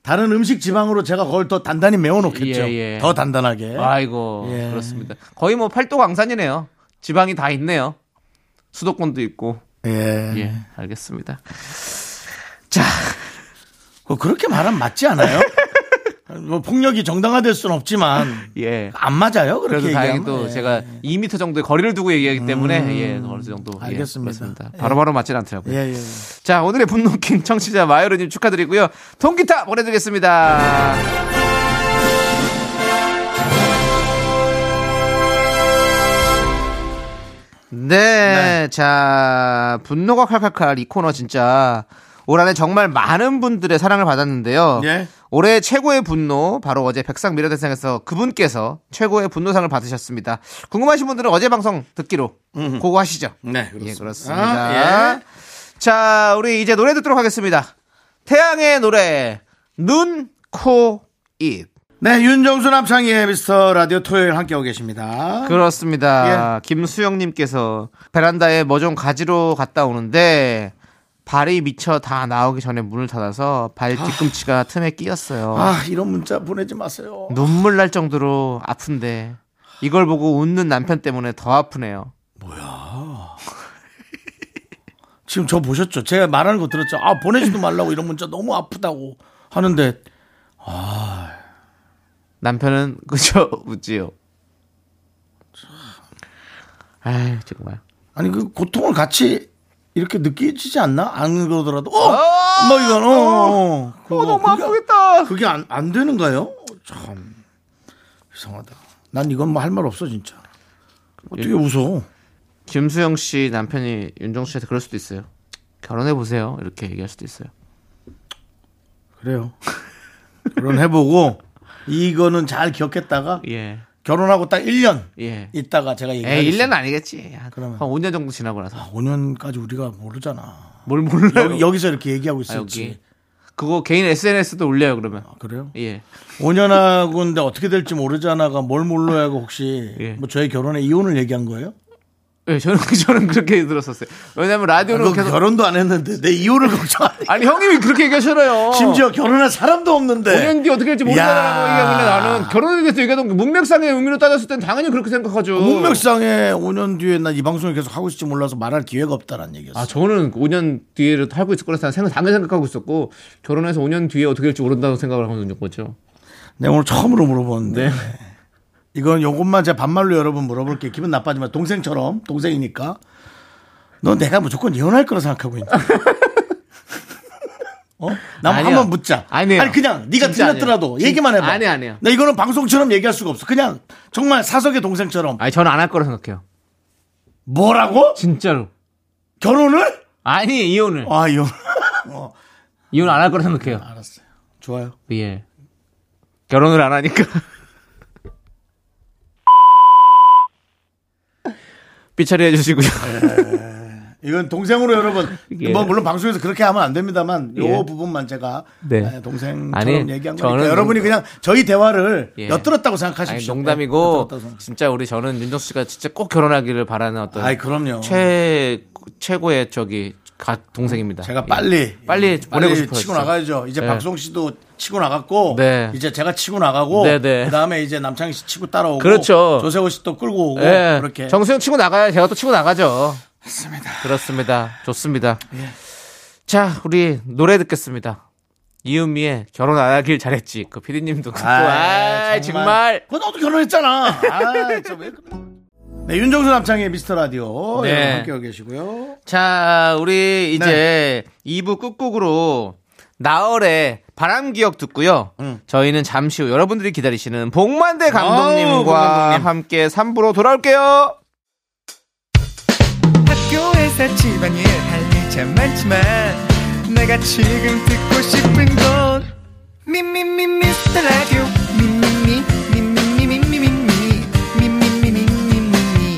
Speaker 1: 다른 음식 지방으로 제가 그걸 더 단단히 메워 놓겠죠.
Speaker 2: 예, 예.
Speaker 1: 더 단단하게.
Speaker 2: 아이고
Speaker 1: 예.
Speaker 2: 그렇습니다. 거의 뭐 팔도광산이네요. 지방이 다 있네요. 수도권도 있고.
Speaker 1: 예.
Speaker 2: 예, 알겠습니다.
Speaker 1: 그- 그렇게 말하면 맞지 않아요? 뭐 폭력이 정당화될 수는 없지만
Speaker 2: 예.
Speaker 1: 안 맞아요. 그렇게
Speaker 2: 그래도 다행히
Speaker 1: 얘기하면.
Speaker 2: 또
Speaker 1: 예. 음.
Speaker 2: 제가 2m 정도의 거리를 두고 얘기하기 때문에 예, 어느 정도 예,
Speaker 1: 알겠습니다.
Speaker 2: 그렇습니다.
Speaker 1: 예.
Speaker 2: 바로바로 맞진 않더라고요.
Speaker 1: 예, 예. 예.
Speaker 2: 자, 오늘의 분노킹 청취자 마요르님 축하드리고요. 통기타 보내드리겠습니다. 네, 자, 분노가 칼칼칼 이 코너 진짜 올 한해 정말 많은 분들의 사랑을 받았는데요.
Speaker 1: 예.
Speaker 2: 올해 최고의 분노 바로 어제 백상 미래대상에서 그분께서 최고의 분노상을 받으셨습니다. 궁금하신 분들은 어제 방송 듣기로 고고 하시죠.
Speaker 1: 네,
Speaker 2: 예,
Speaker 1: 아,
Speaker 2: 그렇습니다.
Speaker 1: 예.
Speaker 2: 자, 우리 이제 노래 듣도록 하겠습니다. 태양의 노래, 눈, 코, 입.
Speaker 1: 네, 윤정수 남창희의 미스터 라디오 토요일 함께하고 계십니다.
Speaker 2: 그 그렇습니다. 김수영님께서 예. 베란다에 뭐 좀 가지러 갔다 오는데 발이 미쳐 다 나오기 전에 문을 닫아서 발 뒤꿈치가 틈에 끼었어요.
Speaker 1: 아, 이런 문자 보내지 마세요.
Speaker 2: 눈물 날 정도로 아픈데 이걸 보고 웃는 남편 때문에 더 아프네요.
Speaker 1: 지금 저 보셨죠? 제가 말하는 거 들었죠? 아, 보내지도 말라고 이런 문자 너무 아프다고 하는데
Speaker 2: 남편은 그저 웃지요. 아유 정말.
Speaker 1: 아니 그 고통을 같이 이렇게 느끼지 않나? 안 그러더라도 어, 뭐 이건 어, 어, 어. 그거,
Speaker 2: 아! 너무
Speaker 1: 그게-
Speaker 2: 아프겠다.
Speaker 1: 그게 안, 안 되는가요? 참 이상하다. 난 이건 뭐 할 말 없어 진짜.
Speaker 2: 예.
Speaker 1: 어떻게 웃어?
Speaker 2: 김수영 씨 남편이 윤정수 씨한테 그럴 수도 있어요. 결혼해 보세요. 이렇게 얘기할 수도 있어요.
Speaker 1: 그래요. 결혼해보고 이거는 잘 기억했다가
Speaker 2: 예.
Speaker 1: 결혼하고 딱 1년
Speaker 2: 예.
Speaker 1: 있다가 제가 얘기해.
Speaker 2: 에이, 1년 아니겠지. 한,
Speaker 1: 그러면.
Speaker 2: 한 5년 정도 지나고 나서.
Speaker 1: 5년까지 우리가 모르잖아.
Speaker 2: 뭘 몰라요.
Speaker 1: 여기, 서 이렇게 얘기하고
Speaker 2: 아,
Speaker 1: 있을지.
Speaker 2: 여기. 그거 개인 SNS도 올려요, 그러면.
Speaker 1: 아, 그래요?
Speaker 2: 예.
Speaker 1: 5년하고 근데 어떻게 될지 모르잖아가 뭘 몰라야 하고 혹시
Speaker 2: 예.
Speaker 1: 뭐 저의 결혼에 이혼을 얘기한 거예요?
Speaker 2: 예, 저는, 저는 그렇게 들었었어요. 왜냐면 라디오로
Speaker 1: 아, 그거
Speaker 2: 계속.
Speaker 1: 결혼도 안 했는데 내 이혼을 걱정하니
Speaker 2: 아니, 뭐 형님이 그렇게 얘기하잖아요.
Speaker 1: 심지어 결혼할 사람도
Speaker 2: 5년
Speaker 1: 없는데
Speaker 2: 뒤 어떻게 될지 모르잖아요.
Speaker 1: 야.
Speaker 2: 얘기하길래 나는 결혼에 대해서 얘기하던 게 문맥상의 의미로 따졌을 땐 당연히 그렇게 생각하죠.
Speaker 1: 어, 문맥상에 5년 뒤에 난 이 방송을 계속 하고 있을지 몰라서 말할 기회가 없다라는 얘기였어.
Speaker 2: 아, 저는 5년 뒤에를 하고 있을 거라는 생각, 당연히 생각하고 있었고, 결혼해서 5년 뒤에 어떻게 될지 모른다고 생각을 하고 있는 거죠.
Speaker 1: 내가 네, 오늘 처음으로 물어보는데
Speaker 2: 네.
Speaker 1: 이건 요것만 제 반말로 여러분 물어볼게. 기분 나빠지만 동생처럼 동생이니까 너 내가 무조건 이혼할 거라 생각하고 있냐? 어? 나
Speaker 2: 아니요.
Speaker 1: 한번 묻자.
Speaker 2: 아니에요.
Speaker 1: 아니 그냥 네가
Speaker 2: 진짜
Speaker 1: 틀렸더라도
Speaker 2: 아니에요.
Speaker 1: 얘기만 해봐.
Speaker 2: 아니, 아니에요.
Speaker 1: 나 이거는 방송처럼 얘기할 수가 없어. 그냥 정말 사석의 동생처럼
Speaker 2: 아니, 저는 안 할 거라 생각해요.
Speaker 1: 뭐라고?
Speaker 2: 진짜로.
Speaker 1: 결혼을?
Speaker 2: 아니, 이혼을.
Speaker 1: 아 이혼. 어,
Speaker 2: 이혼 안 할 거라 생각해요.
Speaker 1: 알았어요. 좋아요.
Speaker 2: 예. 결혼을 안 하니까. 삐처리 해주시고요.
Speaker 1: 이건 동생으로 여러분
Speaker 2: 예.
Speaker 1: 뭐 물론 방송에서 그렇게 하면 안 됩니다만 요
Speaker 2: 예.
Speaker 1: 부분만 제가
Speaker 2: 네.
Speaker 1: 아, 동생처럼
Speaker 2: 아니,
Speaker 1: 얘기한
Speaker 2: 저는
Speaker 1: 거니까 여러분이
Speaker 2: 농담-
Speaker 1: 그냥 저희 대화를
Speaker 2: 예.
Speaker 1: 엿들었다고
Speaker 2: 아니,
Speaker 1: 생각하십시오.
Speaker 2: 농담이고
Speaker 1: 네, 엿들었다고 생각-
Speaker 2: 진짜 우리 저는 윤정수 씨가 진짜 꼭 결혼하기를 바라는 어떤
Speaker 1: 아이 그럼요.
Speaker 2: 최 최고의 저기 각 동생입니다.
Speaker 1: 제가
Speaker 2: 예.
Speaker 1: 빨리
Speaker 2: 빨리 보내고 싶어요,
Speaker 1: 치고
Speaker 2: 진짜.
Speaker 1: 나가야죠. 이제
Speaker 2: 네.
Speaker 1: 박송 씨도 치고 나갔고
Speaker 2: 네.
Speaker 1: 이제 제가 치고 나가고
Speaker 2: 네, 네.
Speaker 1: 그다음에 이제 남창희 씨 치고 따라오고
Speaker 2: 그렇죠.
Speaker 1: 조세호 씨 또 끌고 오고
Speaker 2: 예.
Speaker 1: 그렇게
Speaker 2: 정수영 치고 나가야 제가 또 치고 나가죠. 맞습니다. 예. 그렇습니다. 좋습니다. 자, 우리 노래 듣겠습니다. 이은미의 결혼 안 하길 잘했지. 그 피디님도 그렇고. 아,
Speaker 1: 아이,
Speaker 2: 정말.
Speaker 1: 그거 너도 결혼했잖아. 아, 저왜 그래? 네, 윤정수 남창희의 미스터 라디오
Speaker 2: 네.
Speaker 1: 여러분 함께하고 계시고요.
Speaker 2: 자, 우리 이제 2부 끝곡으로 나얼의 바람 기억 듣고요. 저희는 잠시 후 여러분들이 기다리시는 복만대
Speaker 1: 아우, 봉
Speaker 2: 감독님과
Speaker 1: 감독님.
Speaker 2: 함께 3부로 돌아올게요.
Speaker 6: 학교에서 집안일 할 일 참 많지만 내가 지금 듣고 싶은 건 미미미 미스터 라디오 미미미 미미미 미미미 미미미 미미미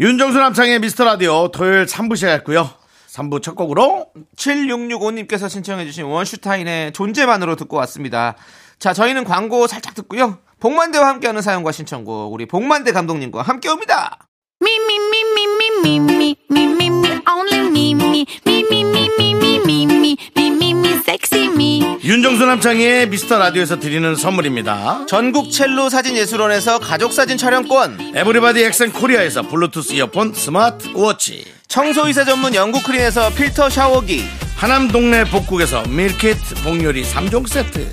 Speaker 1: 윤정수 남창의 미스터 라디오 토요일 3부 시작했고요. 3부 첫 곡으로
Speaker 2: 7665님께서 신청해주신 원슈타인의 존재만으로 듣고 왔습니다. 자, 저희는 광고 살짝 듣고요. 복만대와 함께하는 사연과 신청곡, 우리 복만대 감독님과 함께 옵니다.
Speaker 5: Me, me, me, me, me, me, me, me, me, me, only me, me, me, me, me, me, me, me, me, me, me, me, sexy me.
Speaker 1: 윤정수 남창의 미스터 라디오에서 드리는 선물입니다.
Speaker 2: 전국 첼로 사진예술원에서 가족사진 촬영권,
Speaker 1: 에브리바디 엑센 코리아에서 블루투스 이어폰 스마트 워치
Speaker 2: 청소이사 전문 영국 크린에서 필터 샤워기,
Speaker 1: 하남 동네 복국에서 밀키트 복요리 3종 세트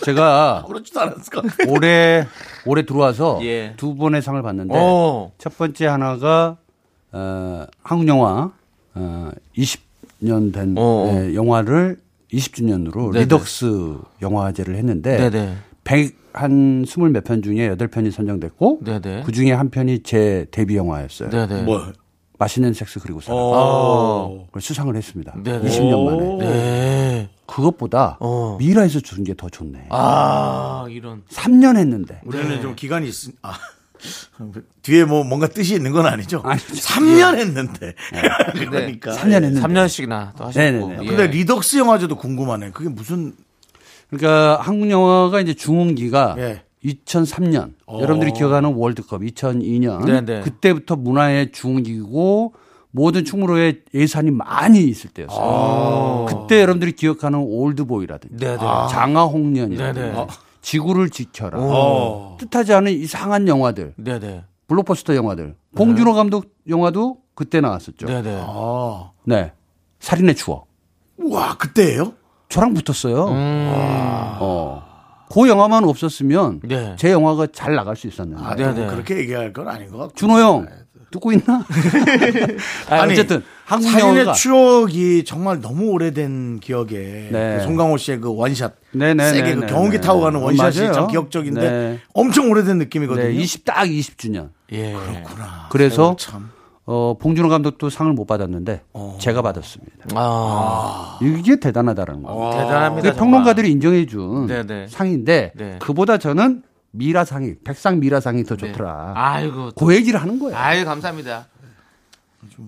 Speaker 7: 제가
Speaker 1: 그렇지도 않았을 것 같아요.
Speaker 7: 올해 올해 들어와서
Speaker 2: 예. 어.
Speaker 7: 두 번의 상을 받는데
Speaker 2: 오.
Speaker 7: 첫 번째 하나가 어, 한국 영화 어, 20년 된
Speaker 2: 어, 어.
Speaker 7: 예, 영화를 20주년으로
Speaker 2: 네네.
Speaker 7: 리덕스 영화제를 했는데
Speaker 2: 네네.
Speaker 7: 100한 20 몇 편 중에 8편이 선정됐고
Speaker 2: 네네.
Speaker 7: 그 중에 한 편이 제 데뷔 영화였어요.
Speaker 2: 네네.
Speaker 1: 뭐.
Speaker 7: 맛있는 섹스 그리고 사랑.
Speaker 2: 어.
Speaker 7: 그걸 수상을 했습니다.
Speaker 2: 네네.
Speaker 7: 20년 만에.
Speaker 2: 네.
Speaker 7: 그것보다
Speaker 2: 어.
Speaker 7: 미라에서 주는 게 더 좋네.
Speaker 2: 아 이런.
Speaker 7: 3년 했는데.
Speaker 1: 우리는 좀 기간이 있, 아. 뒤에 뭐 뭔가 뜻이 있는 건 아니죠.
Speaker 7: 아니죠.
Speaker 1: 3년 했는데. 그러니까.
Speaker 7: 3년 했는데.
Speaker 2: 3년씩이나 또 하셨고.
Speaker 7: 네네네.
Speaker 2: 예.
Speaker 1: 근데 리덕스 영화제도 궁금하네. 그게 무슨
Speaker 7: 그러니까 한국 영화가 이제 중흥기가
Speaker 1: 예.
Speaker 7: 2003년 여러분들이 기억하는 월드컵 2002년
Speaker 2: 어. 네네.
Speaker 7: 그때부터 문화의 중흥기고 모든 충무로에 예산이 많이 있을 때였어요. 그때 여러분들이 기억하는 올드보이라든지
Speaker 2: 아. 네네. 네네. 네. 어.
Speaker 7: 장화홍련이라든지 지구를 지켜라 뜻하지 않은 이상한 영화들
Speaker 2: 네네. 네.
Speaker 7: 블록버스터 영화들 봉준호 감독 영화도 그때 나왔었죠. 네,
Speaker 2: 네네.
Speaker 7: 살인의 추억
Speaker 1: 와, 어. 그때예요?
Speaker 7: 저랑 붙었어요.
Speaker 2: 음.
Speaker 7: 어. 그 영화만 없었으면
Speaker 2: 네.
Speaker 7: 제 영화가 잘 나갈 수 있었는데.
Speaker 1: 아,
Speaker 2: 네네. 네.
Speaker 1: 그렇게 얘기할 건 아닌 것 같고.
Speaker 7: 준호 형 듣고 있나? 아
Speaker 1: 아니,
Speaker 7: 어쨌든 한국
Speaker 1: 사진의
Speaker 7: 영화가
Speaker 1: 추억이 정말 너무 오래된 기억에
Speaker 7: 네.
Speaker 1: 그 송강호 씨의 그 원샷
Speaker 7: 네네,
Speaker 1: 세게 그
Speaker 7: 네네,
Speaker 1: 경운기
Speaker 7: 네네.
Speaker 1: 타고 가는
Speaker 7: 어,
Speaker 1: 원샷이
Speaker 7: 맞아요.
Speaker 1: 참 기억적인데
Speaker 7: 네.
Speaker 1: 엄청 오래된
Speaker 7: 네,
Speaker 1: 느낌이거든요.
Speaker 7: 20, 딱 20주년.
Speaker 2: 예.
Speaker 7: 그래서
Speaker 1: 참.
Speaker 7: 어, 봉준호 감독도 상을 못 받았는데 제가 받았습니다.
Speaker 2: 아,
Speaker 7: 이게 대단하다라는 거예요.
Speaker 2: 대단합니다.
Speaker 7: 그게 평론가들이 인정해준
Speaker 2: 네네.
Speaker 7: 상인데
Speaker 2: 네.
Speaker 7: 그보다 저는 미라상이 백상 미라상이 더 좋더라.
Speaker 2: 아이고.
Speaker 7: 그 얘기를 하는 거예요.
Speaker 2: 아유 감사합니다.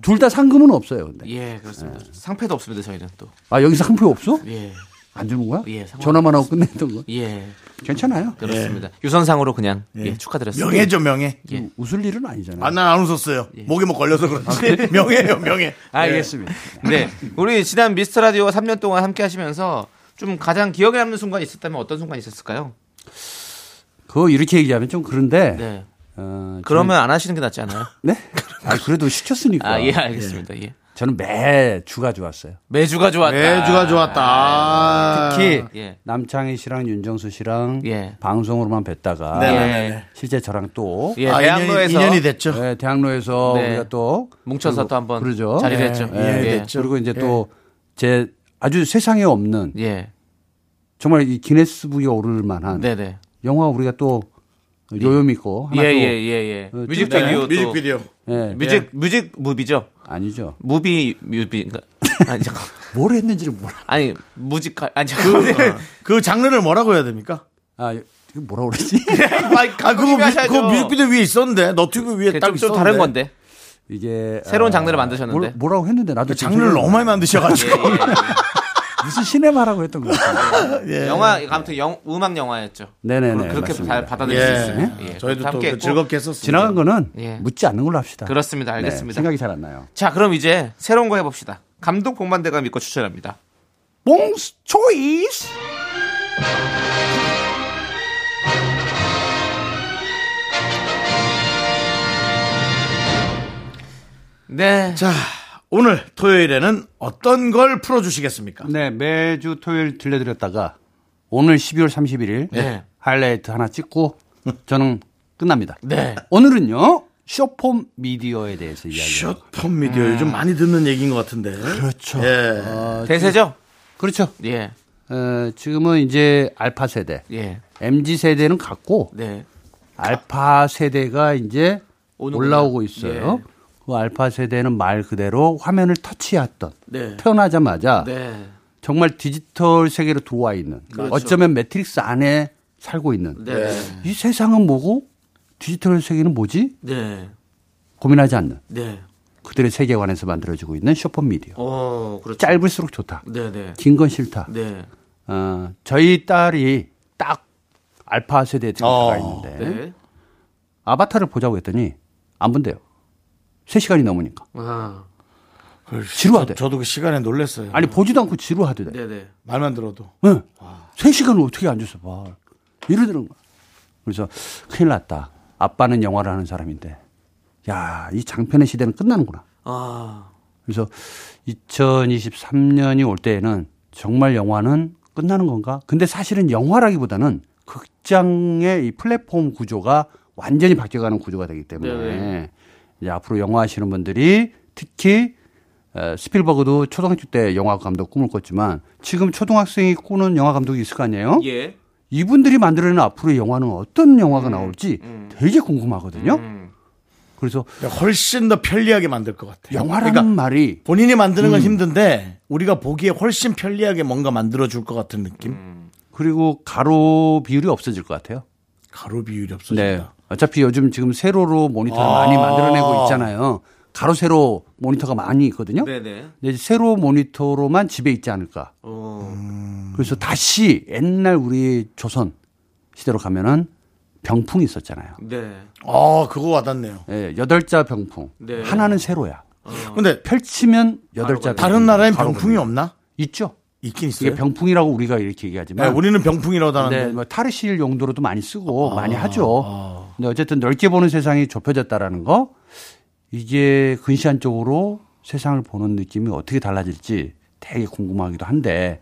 Speaker 7: 둘 다 상금은 없어요. 근데
Speaker 2: 예 그렇습니다. 상패도 없습니다 저희는 또.
Speaker 7: 아 여기서 상표 없어?
Speaker 2: 예.
Speaker 7: 안 주는 거야?
Speaker 2: 예, 상관없어요.
Speaker 7: 전화만 하고 끝냈던 거.
Speaker 2: 예.
Speaker 7: 괜찮아요.
Speaker 2: 그렇습니다. 유선상으로 그냥 예, 축하드렸습니다.
Speaker 1: 명예죠, 명예.
Speaker 7: 웃을 일은 아니잖아요.
Speaker 1: 아, 난 안 웃었어요. 목에 뭐 걸려서 그렇지. 명예예요, 명예.
Speaker 7: 알겠습니다.
Speaker 2: 네. 우리 지난 미스터 라디오 3년 동안 함께 하시면서 좀 가장 기억에 남는 순간이 있었다면 어떤 순간이 있었을까요?
Speaker 7: 그거 이렇게 얘기하면 좀 그런데.
Speaker 2: 네.
Speaker 7: 어, 저는-
Speaker 2: 그러면 안 하시는 게 낫지 않아요?
Speaker 7: 네? 아, 그래도 시켰으니까.
Speaker 2: 아, 예, 알겠습니다. 예.
Speaker 7: 저는 매 주가 좋았어요.
Speaker 2: 매주가 좋았다.
Speaker 1: 매주가
Speaker 2: 아,
Speaker 1: 좋았다.
Speaker 7: 특히
Speaker 2: 예.
Speaker 7: 남창희 씨랑 윤정수 씨랑
Speaker 2: 예.
Speaker 7: 방송으로만 뵀다가
Speaker 2: 네네네.
Speaker 7: 실제 저랑 또
Speaker 2: 예,
Speaker 1: 아,
Speaker 2: 대학로에서
Speaker 1: 2년이, 됐죠.
Speaker 7: 네, 대학로에서
Speaker 2: 네.
Speaker 7: 우리가 또
Speaker 2: 뭉쳐서
Speaker 7: 그리고-
Speaker 2: 또 한번
Speaker 7: 그러죠.
Speaker 2: 자리를 했죠.
Speaker 7: 예,
Speaker 2: 예,
Speaker 7: 예.
Speaker 2: 됐죠.
Speaker 7: 그리고 이제 또 제 아주 세상에 없는
Speaker 2: 예.
Speaker 7: 정말 이 기네스북에 오를 만한
Speaker 2: 네네.
Speaker 7: 영화 우리가 또 요요 믿고 하나
Speaker 2: 예,
Speaker 7: 또
Speaker 2: 예, 예, 예.
Speaker 7: 어,
Speaker 2: 뮤직비디오. 또-
Speaker 8: 뮤직비디오.
Speaker 7: 예.
Speaker 2: 뮤직, 뮤직 무비죠.
Speaker 7: 아니죠.
Speaker 2: 무비, 뮤비인가. 아니, 잠깐.
Speaker 7: 뭘 했는지를 몰라.
Speaker 2: 아니, 무지컬. 아니, 잠깐.
Speaker 9: 그 장르를 뭐라고 해야 됩니까?
Speaker 7: 아, 이거 뭐라 그러지?
Speaker 9: 아, 그거, 뮤-
Speaker 2: 하셔야죠.
Speaker 9: 그거 뮤직비디오 위에 있었는데, 너튜브
Speaker 7: 그
Speaker 9: 위에 딱
Speaker 2: 좀, 좀
Speaker 9: 있었는데.
Speaker 2: 다른 건데.
Speaker 7: 이게
Speaker 2: 새로운
Speaker 7: 아,
Speaker 2: 장르를 만드셨는데.
Speaker 7: 뭘- 뭐라고 했는데 나도
Speaker 9: 장르를
Speaker 7: 지금
Speaker 9: 너무 많이
Speaker 2: 예,
Speaker 9: 만드셔가지고.
Speaker 7: 무슨 시네마라고 했던 거 같아요.
Speaker 2: 예. 영화, 아무튼 영, 음악 영화였죠.
Speaker 7: 예. 네네네.
Speaker 2: 그렇게
Speaker 7: 맞습니다.
Speaker 2: 잘 받아들일 수
Speaker 9: 예.
Speaker 2: 있어요. 예.
Speaker 9: 저희도 또
Speaker 2: 함께
Speaker 9: 그
Speaker 2: 했고.
Speaker 9: 즐겁게 했었어요.
Speaker 7: 지나간 거는
Speaker 2: 예.
Speaker 7: 묻지 않는 걸로 합시다.
Speaker 2: 그렇습니다.
Speaker 7: 네,
Speaker 2: 알겠습니다.
Speaker 7: 생각이 잘 안 나요.
Speaker 2: 자, 그럼 이제 새로운 거 해봅시다. 감독 복만대가 믿고 추천합니다.
Speaker 7: 봉스 초이스.
Speaker 2: 네.
Speaker 9: 자, 오늘 토요일에는 어떤 걸 풀어주시겠습니까?
Speaker 7: 네, 매주 토요일 들려드렸다가 오늘 12월 31일
Speaker 2: 네.
Speaker 7: 하이라이트 하나 찍고 저는 끝납니다.
Speaker 9: 네.
Speaker 7: 오늘은요. 쇼폼 미디어에 대해서 이야기.
Speaker 9: 숏폼 미디어 요즘 많이 듣는 얘기인 것 같은데.
Speaker 7: 음. 그렇죠.
Speaker 9: 예.
Speaker 2: 대세죠?
Speaker 7: 그렇죠.
Speaker 2: 예.
Speaker 7: 어, 지금은 이제 알파 세대,
Speaker 2: 예.
Speaker 7: MZ 세대는 갔고
Speaker 2: 네.
Speaker 7: 알파 세대가 이제
Speaker 2: 오는구나.
Speaker 7: 올라오고 있어요.
Speaker 2: 예.
Speaker 7: 그 알파 세대는 말 그대로 화면을 터치했던
Speaker 2: 네.
Speaker 7: 태어나자마자
Speaker 2: 네.
Speaker 7: 정말 디지털 세계로 들어와 있는 어쩌면 매트릭스 안에 살고 있는
Speaker 2: 그렇죠. 네.
Speaker 7: 이 세상은 뭐고 디지털 세계는 뭐지
Speaker 2: 네.
Speaker 7: 고민하지 않는
Speaker 2: 네.
Speaker 7: 그들의 세계관에서 만들어지고 있는 쇼폰 미디어
Speaker 2: 어, 그렇죠.
Speaker 7: 짧을수록 좋다
Speaker 2: 네, 네.
Speaker 7: 긴 건 싫다
Speaker 2: 네.
Speaker 7: 어, 저희 딸이 딱 알파 세대에 들어가 있는데
Speaker 2: 네.
Speaker 7: 아바타를 보자고 했더니 안 본대요 3시간이 넘으니까
Speaker 2: 아.
Speaker 7: 지루하대
Speaker 9: 저도 그 시간에 놀랐어요.
Speaker 7: 아니 보지도 않고 지루하대
Speaker 2: 네, 네.
Speaker 9: 말만 들어도.
Speaker 7: 네. 세 시간을 어떻게 앉아서 봐. 이러더는 거야. 그래서 큰일 났다. 아빠는 영화를 하는 사람인데, 야, 이 장편의 시대는 끝나는구나.
Speaker 2: 아.
Speaker 7: 그래서 2023년이 올 때에는 정말 영화는 끝나는 건가? 근데 사실은 영화라기보다는 극장의 이 플랫폼 구조가 완전히 바뀌어가는 구조가 되기 때문에
Speaker 9: 네,
Speaker 7: 이제 앞으로 영화 하시는 분들이 특히 에, 스필버그도 초등학교 때 영화 감독 꿈을 꿨지만 지금 초등학생이 꾸는 영화 감독이 있을 거 아니에요?
Speaker 2: 예.
Speaker 7: 이분들이 만들어낸 앞으로의 영화는 어떤
Speaker 9: 음,
Speaker 7: 영화가 나올지 되게 궁금하거든요. 그래서
Speaker 9: 훨씬 더 편리하게 만들 것 같아요.
Speaker 7: 영화라는
Speaker 9: 그러니까
Speaker 7: 말이
Speaker 9: 본인이 만드는
Speaker 7: 음.
Speaker 9: 건 힘든데 우리가 보기에 훨씬 편리하게 뭔가 만들어 줄 것 같은 느낌.
Speaker 2: 음.
Speaker 7: 그리고 가로 비율이 없어질 것 같아요.
Speaker 9: 가로 비율이
Speaker 7: 네.
Speaker 9: 없어진다.
Speaker 7: 어차피 요즘 지금 세로로 모니터를
Speaker 9: 아.
Speaker 7: 많이 만들어내고 있잖아요. 가로 세로 모니터가 많이 있거든요.
Speaker 2: 네, 네.
Speaker 7: 근데 이제 세로 모니터로만 집에 있지 않을까. 음.
Speaker 2: 어.
Speaker 7: 그래서 다시 옛날 우리 조선 시대로 가면은 병풍이 있었잖아요.
Speaker 2: 네.
Speaker 9: 아 그거 와닿네요.
Speaker 7: 예, 여덟자 병풍.
Speaker 2: 네.
Speaker 7: 하나는 세로야.
Speaker 2: 어.
Speaker 9: 근데
Speaker 7: 펼치면 여덟자.
Speaker 9: 다른
Speaker 2: 음,
Speaker 7: 병풍.
Speaker 9: 나라엔
Speaker 7: 가로
Speaker 9: 병풍이
Speaker 7: 보면.
Speaker 9: 없나?
Speaker 7: 있죠.
Speaker 9: 있긴
Speaker 7: 이게
Speaker 9: 있어요.
Speaker 7: 병풍이라고 우리가 이렇게
Speaker 9: 네,
Speaker 7: 얘기하지만
Speaker 9: 우리는 병풍이라고 하는데
Speaker 7: 네, 뭐 아, 탈의실 용도로도 많이 쓰고 많이 하죠. 근데 어쨌든 넓게 보는 세상이 좁혀졌다라는 거 이게 근시안 쪽으로 세상을 보는 느낌이 어떻게 달라질지 되게 궁금하기도 한데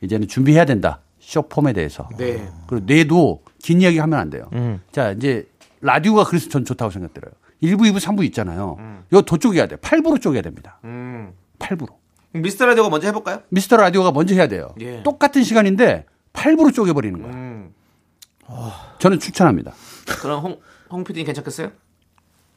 Speaker 7: 이제는 준비해야 된다. 쇼폼에 대해서.
Speaker 2: 네.
Speaker 7: 그리고 뇌도 긴 이야기 하면 안 돼요. 자, 이제 라디오가 그래서 전 좋다고 생각들어요. 1부, 2부, 3부 있잖아요. 이거 더 쪼개야 돼요. 8부로 쪼개야 됩니다.
Speaker 2: 음.
Speaker 7: 8부로.
Speaker 2: 그럼 미스터 라디오가 먼저 해볼까요?
Speaker 7: 미스터 라디오가 먼저 해야 돼요.
Speaker 2: 예.
Speaker 7: 똑같은 시간인데 8부로 쪼개버리는 거예요.
Speaker 2: 음.
Speaker 7: 저는 추천합니다.
Speaker 2: 그럼 홍, 홍 PD님 괜찮겠어요?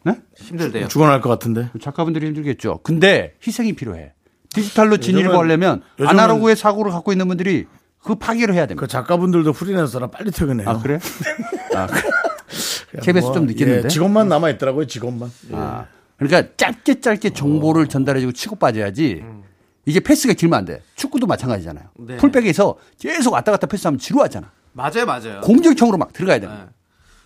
Speaker 7: 네?
Speaker 2: 힘들대요.
Speaker 9: 죽어날 것 같은데.
Speaker 7: 작가분들이 힘들겠죠. 근데 희생이 필요해. 디지털로 진입을
Speaker 9: 요즘은-
Speaker 7: 하려면
Speaker 9: 요즘은-
Speaker 7: 아날로그의 사고를 갖고 있는 분들이 그 파괴를 해야 됩니다.
Speaker 9: 그 작가분들도 프리랜서라 빨리 퇴근해요.
Speaker 7: 아 그래? 아, 그래. KBS 좀 늦겠는데.
Speaker 9: 그렇죠. 예, 직원만 남아 있더라고요. 직원만.
Speaker 7: 아, 그러니까 짧게 짧게 정보를
Speaker 9: 어.
Speaker 7: 전달해주고 치고 빠져야지.
Speaker 9: 음.
Speaker 7: 이게 패스가 길면 안 돼. 축구도 마찬가지잖아요.
Speaker 2: 네.
Speaker 7: 풀백에서 계속 왔다 갔다 패스하면 지루하잖아.
Speaker 2: 맞아요, 맞아요.
Speaker 7: 공격형으로 막 들어가야 됩니다.
Speaker 9: 네.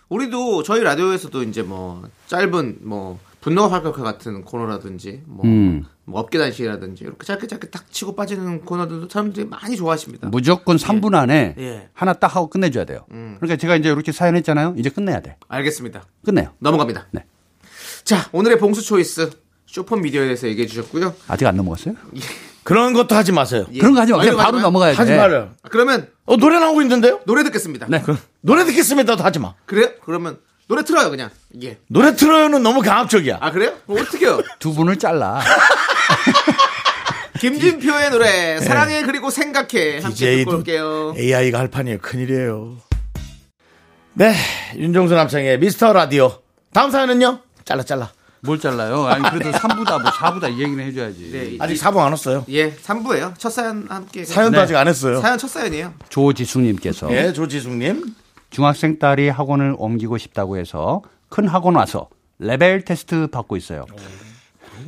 Speaker 2: 우리도 저희 라디오에서도 이제 뭐 짧은 뭐 분노 활격화 같은 코너라든지 뭐,
Speaker 7: 음.
Speaker 2: 뭐 업계 단식이라든지 이렇게 짧게 짧게 딱 치고 빠지는 코너들도 사람들이 많이 좋아하십니다.
Speaker 9: 뭐-
Speaker 7: 무조건 3분 안에
Speaker 2: 예.
Speaker 7: 하나 딱 하고 끝내줘야 돼요.
Speaker 2: 음.
Speaker 7: 그러니까 제가 이제 이렇게 사연 했잖아요. 이제 끝내야 돼.
Speaker 2: 알겠습니다.
Speaker 7: 끝내요.
Speaker 2: 넘어갑니다.
Speaker 7: 네.
Speaker 2: 자 오늘의 봉수 초이스 쇼폰 미디어에 대해서 얘기해 주셨고요.
Speaker 7: 아직 안 넘어갔어요?
Speaker 9: 그런 것도 하지 마세요.
Speaker 2: 예.
Speaker 7: 그런 거 하지 마. 그냥
Speaker 2: 아, 이거
Speaker 7: 바로
Speaker 2: 마지막?
Speaker 7: 넘어가야 돼.
Speaker 9: 하지 말아요.
Speaker 2: 아, 그러면
Speaker 9: 어 노래 나오고 있는데요?
Speaker 2: 노래 듣겠습니다.
Speaker 7: 네.
Speaker 9: 노래 듣겠습니다도 하지 마.
Speaker 2: 그래요? 그러면 노래 틀어요 그냥. 예.
Speaker 9: 노래 틀어요는 너무 강압적이야.
Speaker 2: 아 그래요? 그럼 어떻게요?
Speaker 7: 두 분을 잘라.
Speaker 2: 김진표의
Speaker 7: 네.
Speaker 2: 노래 사랑해 그리고 생각해 함께
Speaker 9: DJ
Speaker 2: 듣고
Speaker 9: 도
Speaker 2: 올게요.
Speaker 9: AI가 할 판이에요. 큰일이에요. 네, 윤종수 남창의 미스터 라디오. 다음 사연은요? 잘라, 잘라.
Speaker 7: 뭘 잘라요? 아니, 그래도 3부다, 뭐 4부다 이 얘기는 해줘야지.
Speaker 2: 네,
Speaker 9: 아직 사부 안 왔어요.
Speaker 2: 예, 3부예요. 첫 사연 함께.
Speaker 7: 사연도 네. 아직 안 했어요.
Speaker 2: 네. 사연 첫 사연이에요.
Speaker 7: 조지숙님께서.
Speaker 9: 예, 조지숙님.
Speaker 7: 중학생 딸이 학원을 옮기고 싶다고 해서 큰 학원 와서 레벨 테스트 받고 있어요.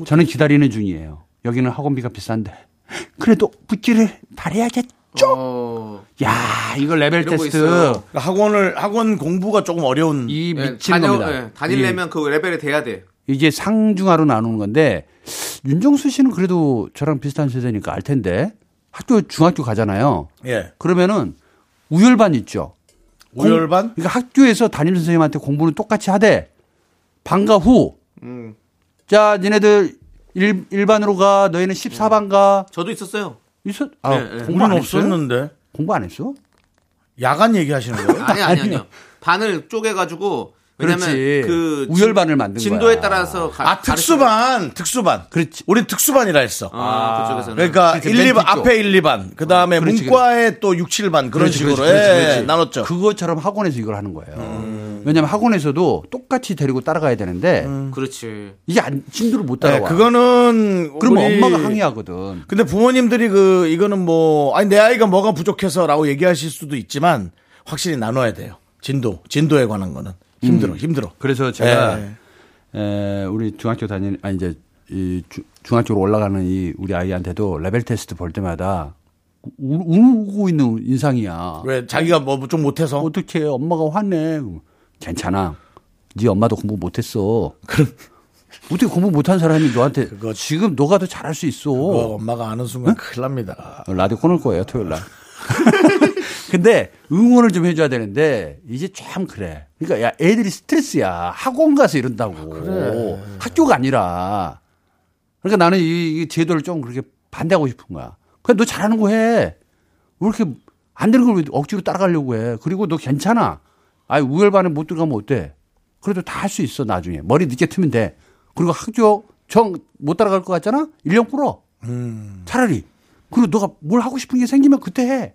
Speaker 7: 저는 기다리는 중이에요. 여기는 학원비가 비싼데. 그래도 붙기를 바래야겠죠?
Speaker 2: 어.
Speaker 7: 야, 이거 레벨
Speaker 2: 이러고
Speaker 7: 테스트.
Speaker 2: 있어요.
Speaker 9: 학원을, 학원 공부가 조금 어려운.
Speaker 7: 이 미친
Speaker 2: 다녀,
Speaker 7: 겁니다.
Speaker 2: 예, 다니려면 그 레벨에 돼야 돼.
Speaker 7: 이게 상중하로 나누는 건데 윤정수 씨는 그래도 저랑 비슷한 세대니까 알 텐데 학교 중학교 가잖아요.
Speaker 9: 예.
Speaker 7: 그러면은 우열반 있죠. 공-
Speaker 9: 우열반?
Speaker 7: 그러니까 학교에서 담임 선생님한테 공부는 똑같이 하되 방과 후. 자, 니네들 일, 일반으로 가. 너희는 14반 가.
Speaker 2: 저도 있었어요.
Speaker 7: 있었 아,
Speaker 2: 네, 네.
Speaker 7: 공부 안
Speaker 9: 우리는
Speaker 7: 했어요?
Speaker 9: 없었는데.
Speaker 7: 공부 안 했어?
Speaker 9: 야간 얘기하시는 거예요?
Speaker 2: 아니 아니 아니요. 반을 쪼개가지고 왜냐면
Speaker 7: 그렇지.
Speaker 2: 그
Speaker 7: 우열반을 만든
Speaker 2: 진도에
Speaker 7: 거야.
Speaker 2: 따라서 가,
Speaker 9: 아, 특수반, 특수반.
Speaker 7: 그렇지.
Speaker 9: 우린 특수반이라 했어.
Speaker 2: 아, 그쪽에서는
Speaker 9: 그러니까
Speaker 7: 그렇지,
Speaker 9: 1, 2반,
Speaker 7: 멘티 쪽. 어,
Speaker 9: 앞에 1, 2반. 그 다음에
Speaker 7: 그렇지,
Speaker 9: 문과에 또 6, 7반. 그런
Speaker 7: 그렇지,
Speaker 9: 식으로.
Speaker 7: 그렇지, 그렇지,
Speaker 9: 예,
Speaker 7: 그렇지.
Speaker 9: 나눴죠.
Speaker 7: 그것처럼 학원에서 이걸 하는 거예요. 왜냐면 학원에서도 똑같이 데리고 따라가야 되는데
Speaker 2: 그렇지.
Speaker 7: 이게 안, 진도를 못
Speaker 9: 네,
Speaker 7: 따라와.
Speaker 9: 그거는.
Speaker 7: 그러면
Speaker 9: 우리-
Speaker 7: 엄마가 항의하거든.
Speaker 9: 근데 부모님들이 그, 이거는 뭐, 아니, 내 아이가 뭐가 부족해서 라고 얘기하실 수도 있지만, 확실히 나눠야 돼요. 진도, 진도에 관한 거는. 힘들어,
Speaker 7: 음.
Speaker 9: 힘들어.
Speaker 7: 그래서 제가
Speaker 9: 예.
Speaker 7: 에, 우리 중학교 다니는 아니 이제 이 주- 중학교로 올라가는 이 우리 아이한테도 레벨 테스트 볼 때마다 우, 울고 있는 인상이야.
Speaker 9: 왜 자기가 뭐 좀 못해서
Speaker 7: 어떻게 엄마가 화내? 괜찮아. 네 엄마도 공부 못했어. 그럼 어떻게 공부 못한 사람이 너한테 지금 너가 더 잘할 수 있어.
Speaker 9: 어, 엄마가 아는 순간 큰일 납니다.
Speaker 7: 라디오 끊을 거예요 토요일 날. 근데 응원을 좀 해줘야 되는데 이제 참 그래. 그러니까 야 애들이 스트레스야. 학원 가서 이런다고. 학교가 아니라. 그러니까 나는 이, 이 제도를 좀 그렇게 반대하고 싶은 거야. 그냥 너 잘하는 거 해. 왜 이렇게 안 되는 걸왜 억지로 따라가려고 해. 그리고 너 괜찮아. 아이 우열반에 못 들어가면 어때? 그래도 다 할 수 있어 나중에. 머리 늦게 트면 돼. 그리고 학교 정 못 따라갈 것 같잖아. 일년 끌어. 차라리 그리고 너가 뭘 하고 싶은 게 생기면 그때 해.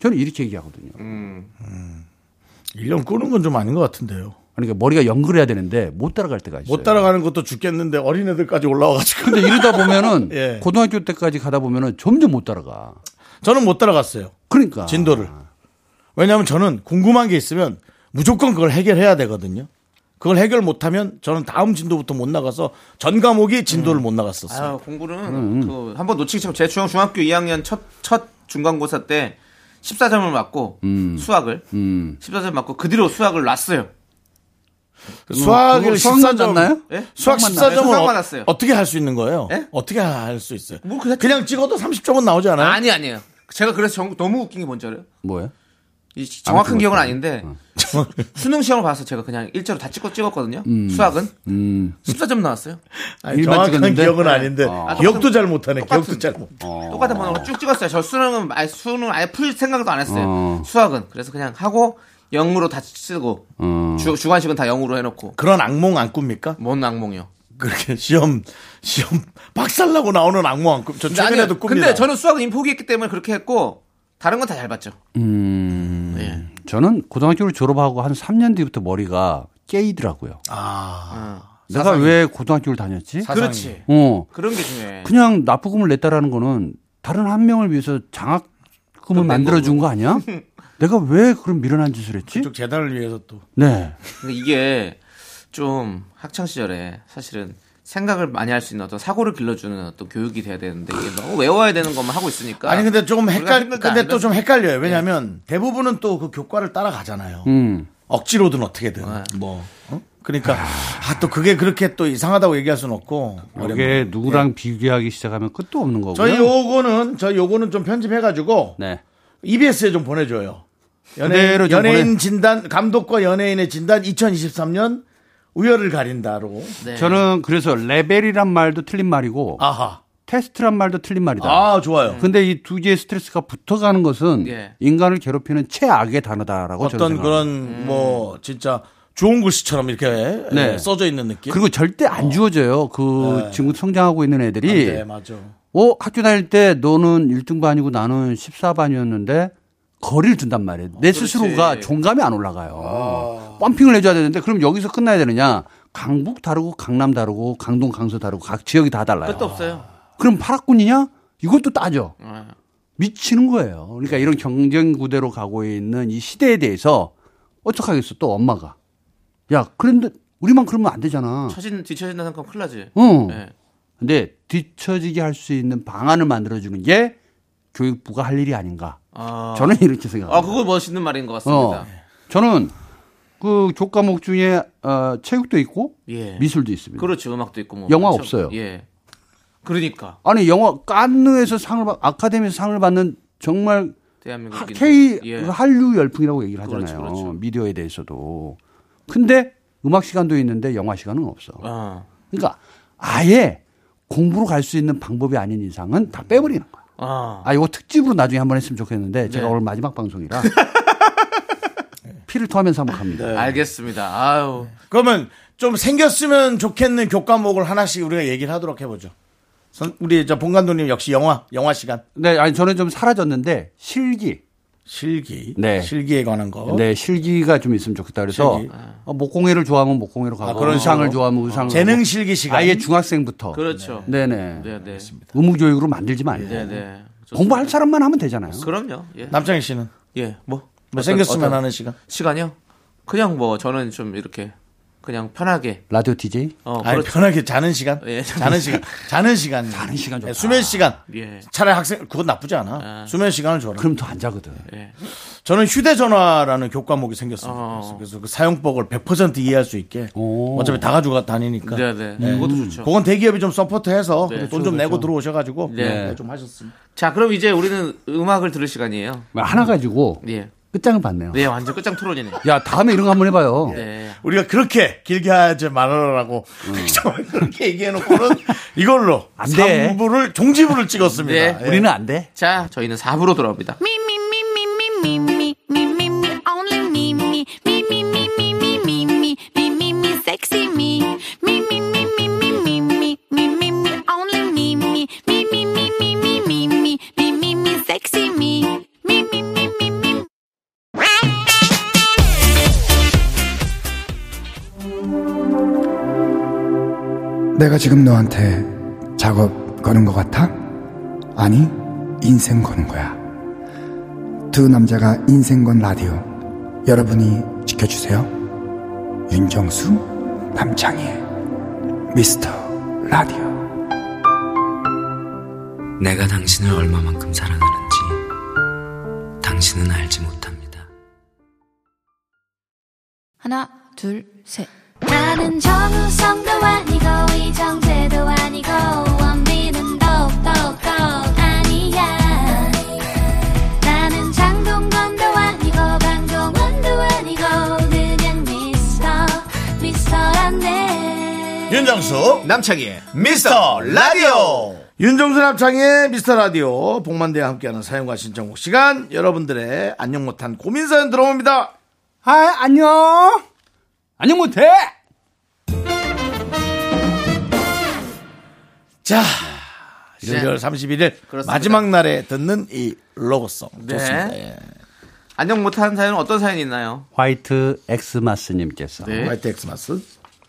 Speaker 7: 저는 이렇게 얘기하거든요.
Speaker 9: 음. 일년 끄는 건 좀 아닌 것 같은데요.
Speaker 7: 그러니까 머리가 연결해야 되는데 못 따라갈 때가 있어요.
Speaker 9: 못 따라가는 것도 죽겠는데 어린애들까지 올라와가지고.
Speaker 7: 근데 이러다 보면은
Speaker 9: 예.
Speaker 7: 고등학교 때까지 가다 보면은 점점 못 따라가.
Speaker 9: 저는 못 따라갔어요.
Speaker 7: 그러니까
Speaker 9: 아. 진도를. 왜냐하면 저는 궁금한 게 있으면 무조건 그걸 해결해야 되거든요. 그걸 해결 못하면 저는 다음 진도부터 못 나가서 전 과목이 진도를 못 나갔었어요.
Speaker 2: 아 공부는
Speaker 7: 음,
Speaker 2: 그 한번 놓치기 참. 제 중학 중학교 2학년 첫 첫 중간고사 때 14점을 맞고
Speaker 7: 음.
Speaker 2: 수학을 14점 맞고 그 뒤로 수학을 놨어요.
Speaker 9: 아, 수학을
Speaker 7: 그거 수학
Speaker 9: 14점
Speaker 7: 맞나요?
Speaker 2: 예?
Speaker 9: 수학
Speaker 2: 수학
Speaker 9: 14점은
Speaker 2: 맞나요? 수학
Speaker 9: 어,
Speaker 2: 맞았어요.
Speaker 9: 어떻게 할 수 있는 거예요?
Speaker 2: 예?
Speaker 9: 어떻게 할 수 있어요?
Speaker 2: 뭐 그냥-
Speaker 9: 그냥 찍어도 30점은 나오지 않아요?
Speaker 2: 아니 아니에요. 제가 그래서 정- 너무 웃긴 게 뭔지 알아요?
Speaker 7: 뭐예요?
Speaker 2: 이 정확한
Speaker 7: 아무튼
Speaker 2: 기억은
Speaker 7: 그렇죠.
Speaker 2: 아닌데 수능 시험을 봐서 제가 그냥 일자로 다 찍고 찍었거든요.
Speaker 9: 음.
Speaker 2: 수학은
Speaker 7: 음.
Speaker 2: 14점 나왔어요.
Speaker 9: 아니,
Speaker 7: 일반
Speaker 9: 정확한
Speaker 7: 찍었는데?
Speaker 9: 기억은 뭐, 아닌데 기억도 잘 못하네. 기억도
Speaker 2: 똑같은-
Speaker 9: 잘 못.
Speaker 2: 똑같은 번호로 쭉 찍었어요. 저 수능은 아예 수능 아예 풀 생각도 안 했어요.
Speaker 7: 어.
Speaker 2: 수학은 그래서 그냥 하고 영으로 다 쓰고
Speaker 7: 어.
Speaker 2: 주, 주관식은 다 영으로 해놓고
Speaker 9: 그런 악몽 안 꿉니까?
Speaker 2: 뭔 악몽이요.
Speaker 9: 그렇게 시험 시험 박살나고 나오는 악몽 안 꿉. 저
Speaker 2: 근데
Speaker 9: 최근에도
Speaker 2: 아니요.
Speaker 9: 꿉니다.
Speaker 2: 근데 저는 수학은 이미 포기했기 때문에 그렇게 했고 다른 건 다 잘 봤죠.
Speaker 7: 음,
Speaker 2: 예.
Speaker 7: 저는 고등학교를 졸업하고 한 3년 뒤부터 머리가 깨이더라고요.
Speaker 9: 아.
Speaker 7: 내가 왜 고등학교를 다녔지?
Speaker 2: 그렇지.
Speaker 7: 어,
Speaker 2: 그런 게
Speaker 9: 예.
Speaker 2: 중요해.
Speaker 7: 그냥 납부금을 냈다라는 거는 다른 한 명을 위해서 장학금을 만들어 준 거 아니야? 내가 왜 그런 미련한 짓을 했지?
Speaker 9: 쪽 재단을 위해서 또
Speaker 7: 네.
Speaker 2: 근데 이게 좀 학창 시절에 사실은 생각을 많이 할 수 있는 어떤 사고를 길러주는 어떤 교육이 돼야 되는데 이게 너무 외워야 되는 것만 하고 있으니까
Speaker 9: 아니 근데 조금
Speaker 2: 우리가
Speaker 9: 헷갈
Speaker 2: 힘들다, 예.
Speaker 9: 근데 또
Speaker 2: 힘들다.
Speaker 9: 좀 헷갈려요. 왜냐하면 대부분은 또 그 교과를 따라가잖아요.
Speaker 7: 음.
Speaker 9: 억지로든 어떻게든
Speaker 2: 아.
Speaker 9: 뭐. 어? 그러니까 아, 또 그게 그렇게 또 이상하다고 얘기할 수는 없고.
Speaker 2: 아,
Speaker 7: 이게 누구랑 비교하기 시작하면 끝도 없는 거고요.
Speaker 9: 예. 저희 요거는 저희 요거는 좀 편집해가지고
Speaker 7: 네.
Speaker 9: EBS에 좀 보내줘요.
Speaker 7: 그대로 좀
Speaker 9: 연예인, 연예인
Speaker 7: 보내-
Speaker 9: 진단 감독과 연예인의 진단 2023년 우열을 가린다로.
Speaker 2: 네.
Speaker 7: 저는 그래서 레벨이란 말도 틀린 말이고
Speaker 9: 아하.
Speaker 7: 테스트란 말도 틀린 말이다.
Speaker 9: 아 좋아요.
Speaker 7: 근데 이 두 개의 스트레스가 붙어가는 것은
Speaker 2: 예.
Speaker 7: 인간을 괴롭히는 최악의 단어다라고 저는
Speaker 9: 어떤
Speaker 7: 생각합니다. 음.
Speaker 9: 그런 뭐 진짜 좋은 글씨처럼 이렇게
Speaker 7: 네.
Speaker 9: 예, 써져 있는 느낌.
Speaker 7: 그리고 절대 안 주어져요. 그 지금 성장하고 있는 애들이
Speaker 9: 네 맞아.
Speaker 7: 어, 학교 다닐 때 너는 1등반이고 나는 14반이었는데 거리를 둔단 말이에요. 내 스스로가
Speaker 2: 어, 그렇지. 아.
Speaker 7: 존감이 안 올라가요. 펌핑을 해줘야 되는데 그럼 여기서 끝나야 되느냐? 강북 다르고 강남 다르고 강동 강서 다르고 각 지역이 다 달라요.
Speaker 2: 그것도 없어요.
Speaker 7: 그럼 파락군이냐? 이것도 따져.
Speaker 2: 네.
Speaker 7: 미치는 거예요. 그러니까 이런 경쟁 구대로 가고 있는 이 시대에 대해서 어떡하겠어 또 엄마가. 야 그런데 우리만 그러면 안 되잖아.
Speaker 2: 처진 뒤처진다 생각하면 큰일 나지.
Speaker 7: 응.
Speaker 2: 네.
Speaker 7: 예. 근데 뒤처지게 할 수 있는 방안을 만들어주는 게 교육부가 할 일이 아닌가.
Speaker 2: 아.
Speaker 7: 저는 이렇게 생각합니다.
Speaker 2: 아, 그거 멋있는 말인 것 같습니다.
Speaker 7: 어. 저는 그 교과목 중에 어, 체육도 있고
Speaker 2: 예.
Speaker 7: 미술도 있습니다.
Speaker 2: 그렇죠. 음악도 있고 뭐.
Speaker 7: 영화
Speaker 2: 그렇죠.
Speaker 7: 없어요.
Speaker 2: 예. 그러니까
Speaker 7: 아니 영화 깐느에서 상을 받, 아카데미에서 상을 받는 정말 하-
Speaker 2: 대한민국인데.
Speaker 7: K
Speaker 2: 예.
Speaker 7: 그 한류 열풍이라고 얘기를 하잖아요.
Speaker 2: 그렇죠, 그렇죠.
Speaker 7: 미디어에 대해서도. 근데 음악 시간도 있는데 영화 시간은 없어.
Speaker 2: 아.
Speaker 7: 그러니까 아예 공부로 갈 수 있는 방법이 아닌 이상은 다 빼버리는 거야.
Speaker 2: 아.
Speaker 7: 아, 이거 특집으로 나중에 한번 했으면 좋겠는데 제가
Speaker 2: 네.
Speaker 7: 오늘 마지막 방송이라 피를 토하면서 한번 갑니다.
Speaker 9: 네.
Speaker 2: 네. 알겠습니다. 아유.
Speaker 9: 그러면 좀 생겼으면 좋겠는 교과목을 하나씩 우리가 얘기를 하도록 해보죠. 선- 우리 저 본감독님 역시 영화 영화 시간
Speaker 7: 네, 아니 저는 좀 사라졌는데 실기.
Speaker 9: 실기
Speaker 7: 네.
Speaker 9: 실기에 관한 거.
Speaker 7: 네, 실기가 좀 있으면 좋겠다. 그래서
Speaker 9: 어? 실기.
Speaker 7: 어, 목공예를 좋아하면 목공예로 가고
Speaker 9: 아, 그런
Speaker 7: 의상을
Speaker 9: 식으로.
Speaker 7: 좋아하면 의상을
Speaker 9: 재능 실기 시간.
Speaker 7: 아예 중학생부터.
Speaker 2: 그렇죠.
Speaker 7: 네, 네.
Speaker 2: 네, 네.
Speaker 7: 의무 교육으로 만들지만 안
Speaker 2: 네,
Speaker 7: 돼요.
Speaker 2: 네. 좋습니다.
Speaker 7: 공부할 사람만 하면 되잖아요.
Speaker 2: 그럼요. 예.
Speaker 9: 남창희 씨는
Speaker 2: 예. 뭐.
Speaker 9: 뭐
Speaker 2: 어떤-
Speaker 9: 생겼으면
Speaker 2: 어떤
Speaker 9: 하는 시간.
Speaker 2: 시간이요? 그냥 뭐 저는 좀 이렇게 그냥 편하게
Speaker 7: 라디오 DJ
Speaker 2: 어,
Speaker 9: 아니,
Speaker 2: 그렇죠.
Speaker 9: 편하게 자는 시간.
Speaker 2: 예.
Speaker 9: 자는 시간. 자는 시간.
Speaker 7: 자는 시간 좋다.
Speaker 9: 예, 수면 시간.
Speaker 2: 예.
Speaker 9: 차라리 학생 그건 나쁘지 않아. 수면 시간을 줘라.
Speaker 7: 그럼 더 안 자거든.
Speaker 2: 예.
Speaker 9: 저는 휴대전화라는 교과목이 생겼습니다.
Speaker 2: 어.
Speaker 9: 그래서 그 사용법을 100% 이해할 수 있게
Speaker 7: 오.
Speaker 9: 어차피 다 가지고 다니니까. 예.
Speaker 2: 네, 네. 그것도 좋죠.
Speaker 9: 그건 대기업이 좀 서포트해서
Speaker 2: 네.
Speaker 9: 돈 좀 내고 들어오셔가지고
Speaker 2: 네.
Speaker 9: 네, 좀 하셨습니다.
Speaker 2: 자, 그럼 이제 우리는 음악을 들을 시간이에요.
Speaker 7: 하나 가지고
Speaker 2: 예.
Speaker 7: 끝장을 봤네요.
Speaker 2: 네, 완전 끝장 토론이네.
Speaker 7: 야, 다음에 이런 거 한번 해봐요.
Speaker 2: 네.
Speaker 9: 우리가 그렇게 길게 하지 말아라라고
Speaker 2: 음.
Speaker 9: 정말 그렇게 얘기해놓고는 이걸로
Speaker 7: 안 돼.
Speaker 9: 3부를 종지부를 찍었습니다.
Speaker 2: 네.
Speaker 9: 예.
Speaker 7: 우리는 안 돼.
Speaker 2: 자, 저희는 4부로 돌아옵니다.
Speaker 3: Me, me, me, me, me, me, me, me, me, me, only me, me, me, me, me, me, me, me, me, me, me, me, sexy me. Me, me, me, me, me, me, me, me, me, me, only me, me, me, me, me, me, me, me, me, me, me, me, sexy me. Me, me, me, me, me.
Speaker 10: 내가 지금 너한테 작업 거는 것 같아? 아니, 인생 거는 거야. 두 남자가 인생 건 라디오. 여러분이 지켜주세요. 윤정수, 남창희의 미스터 라디오.
Speaker 11: 내가 당신을 얼마만큼 사랑하는지 당신은 알지 못합니다.
Speaker 12: 하나, 둘, 셋.
Speaker 5: 나는 정우성도 아니고 이정재도 아니고 원빈은 더욱더 아니야 나는 장동건도 아니고 강동원도 아니고 그냥 미스터 미스터란데
Speaker 1: 예.
Speaker 9: 윤정수 남창희의 미스터 라디오 윤정수 남창희의 미스터 라디오 복만대와 함께하는 사연과 신청곡 시간 여러분들의 안녕 못한 고민 사연 들어옵니다
Speaker 7: 아, 안녕. 안녕 못해.
Speaker 9: 자 12월 31일
Speaker 2: 네. 그렇습니다.
Speaker 9: 마지막 날에 듣는 이 로고송
Speaker 2: 네.
Speaker 9: 좋습니다 예.
Speaker 2: 안녕 못하는 사연은 어떤 사연이 있나요?
Speaker 7: 화이트 엑스마스님께서
Speaker 2: 네. 화이트
Speaker 9: 엑스마스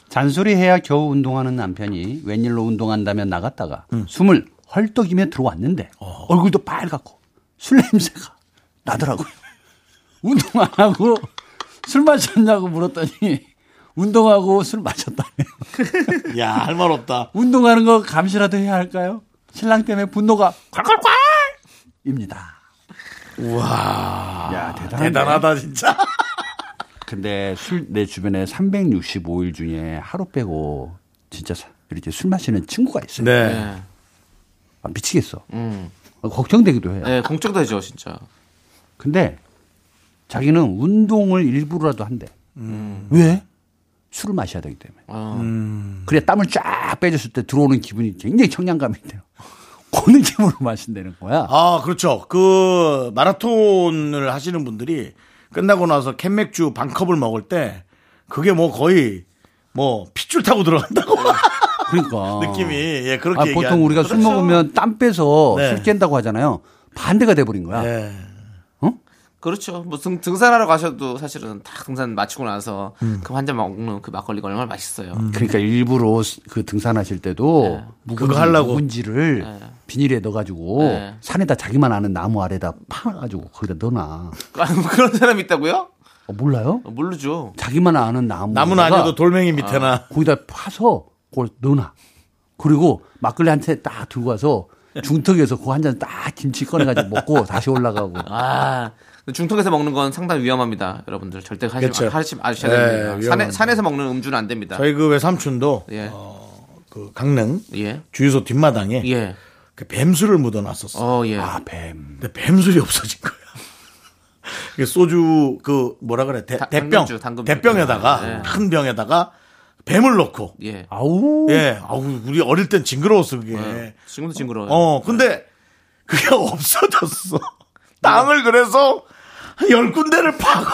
Speaker 7: 잔소리해야 겨우 운동하는 남편이 웬일로 운동한다며 나갔다가 숨을 헐떡이며 들어왔는데 얼굴도 빨갛고 술 냄새가 나더라고요. 운동 안 하고 술 마셨냐고 물었더니 운동하고 술 마셨다네요.
Speaker 9: 야 할 말 없다
Speaker 7: 운동하는 거 감시라도 해야 할까요? 신랑 때문에 분노가 콸콸콸입니다.
Speaker 9: 우와 아,
Speaker 7: 야 대단하네.
Speaker 9: 대단하다 진짜
Speaker 7: 근데 술 내 주변에 365일 중에 하루 빼고 진짜 사- 이렇게 술 마시는 친구가 있어요.
Speaker 9: 네.
Speaker 7: 아, 미치겠어.
Speaker 2: 음.
Speaker 7: 아, 걱정되기도 해요.
Speaker 2: 네, 공적되죠, 진짜.
Speaker 7: 근데 자기는 운동을 일부러라도 한대.
Speaker 2: 음.
Speaker 7: 왜? 술을 마셔야 되기 때문에.
Speaker 2: 아.
Speaker 7: 그래 땀을 쫙 빼줬을 때 들어오는 기분이 굉장히 청량감이 돼요. 그 느낌으로 마신다는 거야.
Speaker 9: 아, 그렇죠. 그 마라톤을 하시는 분들이 끝나고 나서 캔맥주 반컵을 먹을 때 그게 뭐 거의 뭐 핏줄 타고 들어간다고
Speaker 7: 그러니까.
Speaker 9: 느낌이 예 그렇게
Speaker 7: 아,
Speaker 9: 얘기하는
Speaker 7: 보통 우리가 술 먹으면 땀 빼서
Speaker 9: 네.
Speaker 7: 술 깬다고 하잖아요. 반대가 돼버린 거야.
Speaker 9: 네.
Speaker 7: 어?
Speaker 2: 그렇죠. 뭐 등, 등산하러 가셔도 사실은 다 등산 마치고 나서 그 한 잔 먹는 그 막걸리가 얼마나 맛있어요.
Speaker 7: 그러니까 일부러 그 등산하실 때도
Speaker 9: 네.
Speaker 2: 그거
Speaker 7: 묵은지,
Speaker 2: 하려고.
Speaker 7: 묵은지를 비닐에 넣어가지고
Speaker 2: 네.
Speaker 7: 산에다 자기만 아는 나무 아래다 파가지고 거기다 넣어놔.
Speaker 2: 아, 뭐 그런 사람 있다고요?
Speaker 7: 어, 몰라요?
Speaker 2: 모르죠.
Speaker 7: 자기만 아는 나무.
Speaker 2: 나무는 아니어도
Speaker 9: 돌멩이
Speaker 2: 밑에나.
Speaker 7: 거기다 파서 그걸 넣어놔. 그리고 막걸리 한 채 딱 들고 와서 중턱에서 그 한 잔 딱 김치 꺼내가지고 먹고 다시 올라가고.
Speaker 2: 아 중턱에서 먹는 건 상당히 위험합니다, 여러분들. 절대 하지
Speaker 9: 그쵸.
Speaker 2: 마, 하지 마셔야
Speaker 9: 네,
Speaker 2: 됩니다. 산에,
Speaker 9: 위험합니다.
Speaker 2: 산에서 먹는 음주는 안 됩니다.
Speaker 9: 저희 그 외삼촌도
Speaker 2: 예.
Speaker 9: 그 강릉
Speaker 2: 예.
Speaker 9: 주유소 뒷마당에
Speaker 2: 예.
Speaker 9: 그 뱀술을 묻어놨었어.
Speaker 2: 어, 예. 아,
Speaker 7: 뱀.
Speaker 9: 근데 뱀술이 없어진 거야. 그 소주 그 뭐라 그래 대,
Speaker 2: 다-
Speaker 9: 대병
Speaker 2: 당금주, 당금주.
Speaker 9: 대병에다가
Speaker 2: 예.
Speaker 9: 큰 병에다가 뱀을 넣고
Speaker 2: 예.
Speaker 7: 아우
Speaker 9: 예 아우 우리 어릴 땐 징그러웠어 그게
Speaker 2: 예. 지금도 징그러워요.
Speaker 9: 어 근데 그게 없어졌어 땅을 그래서 한 열 군데를 파고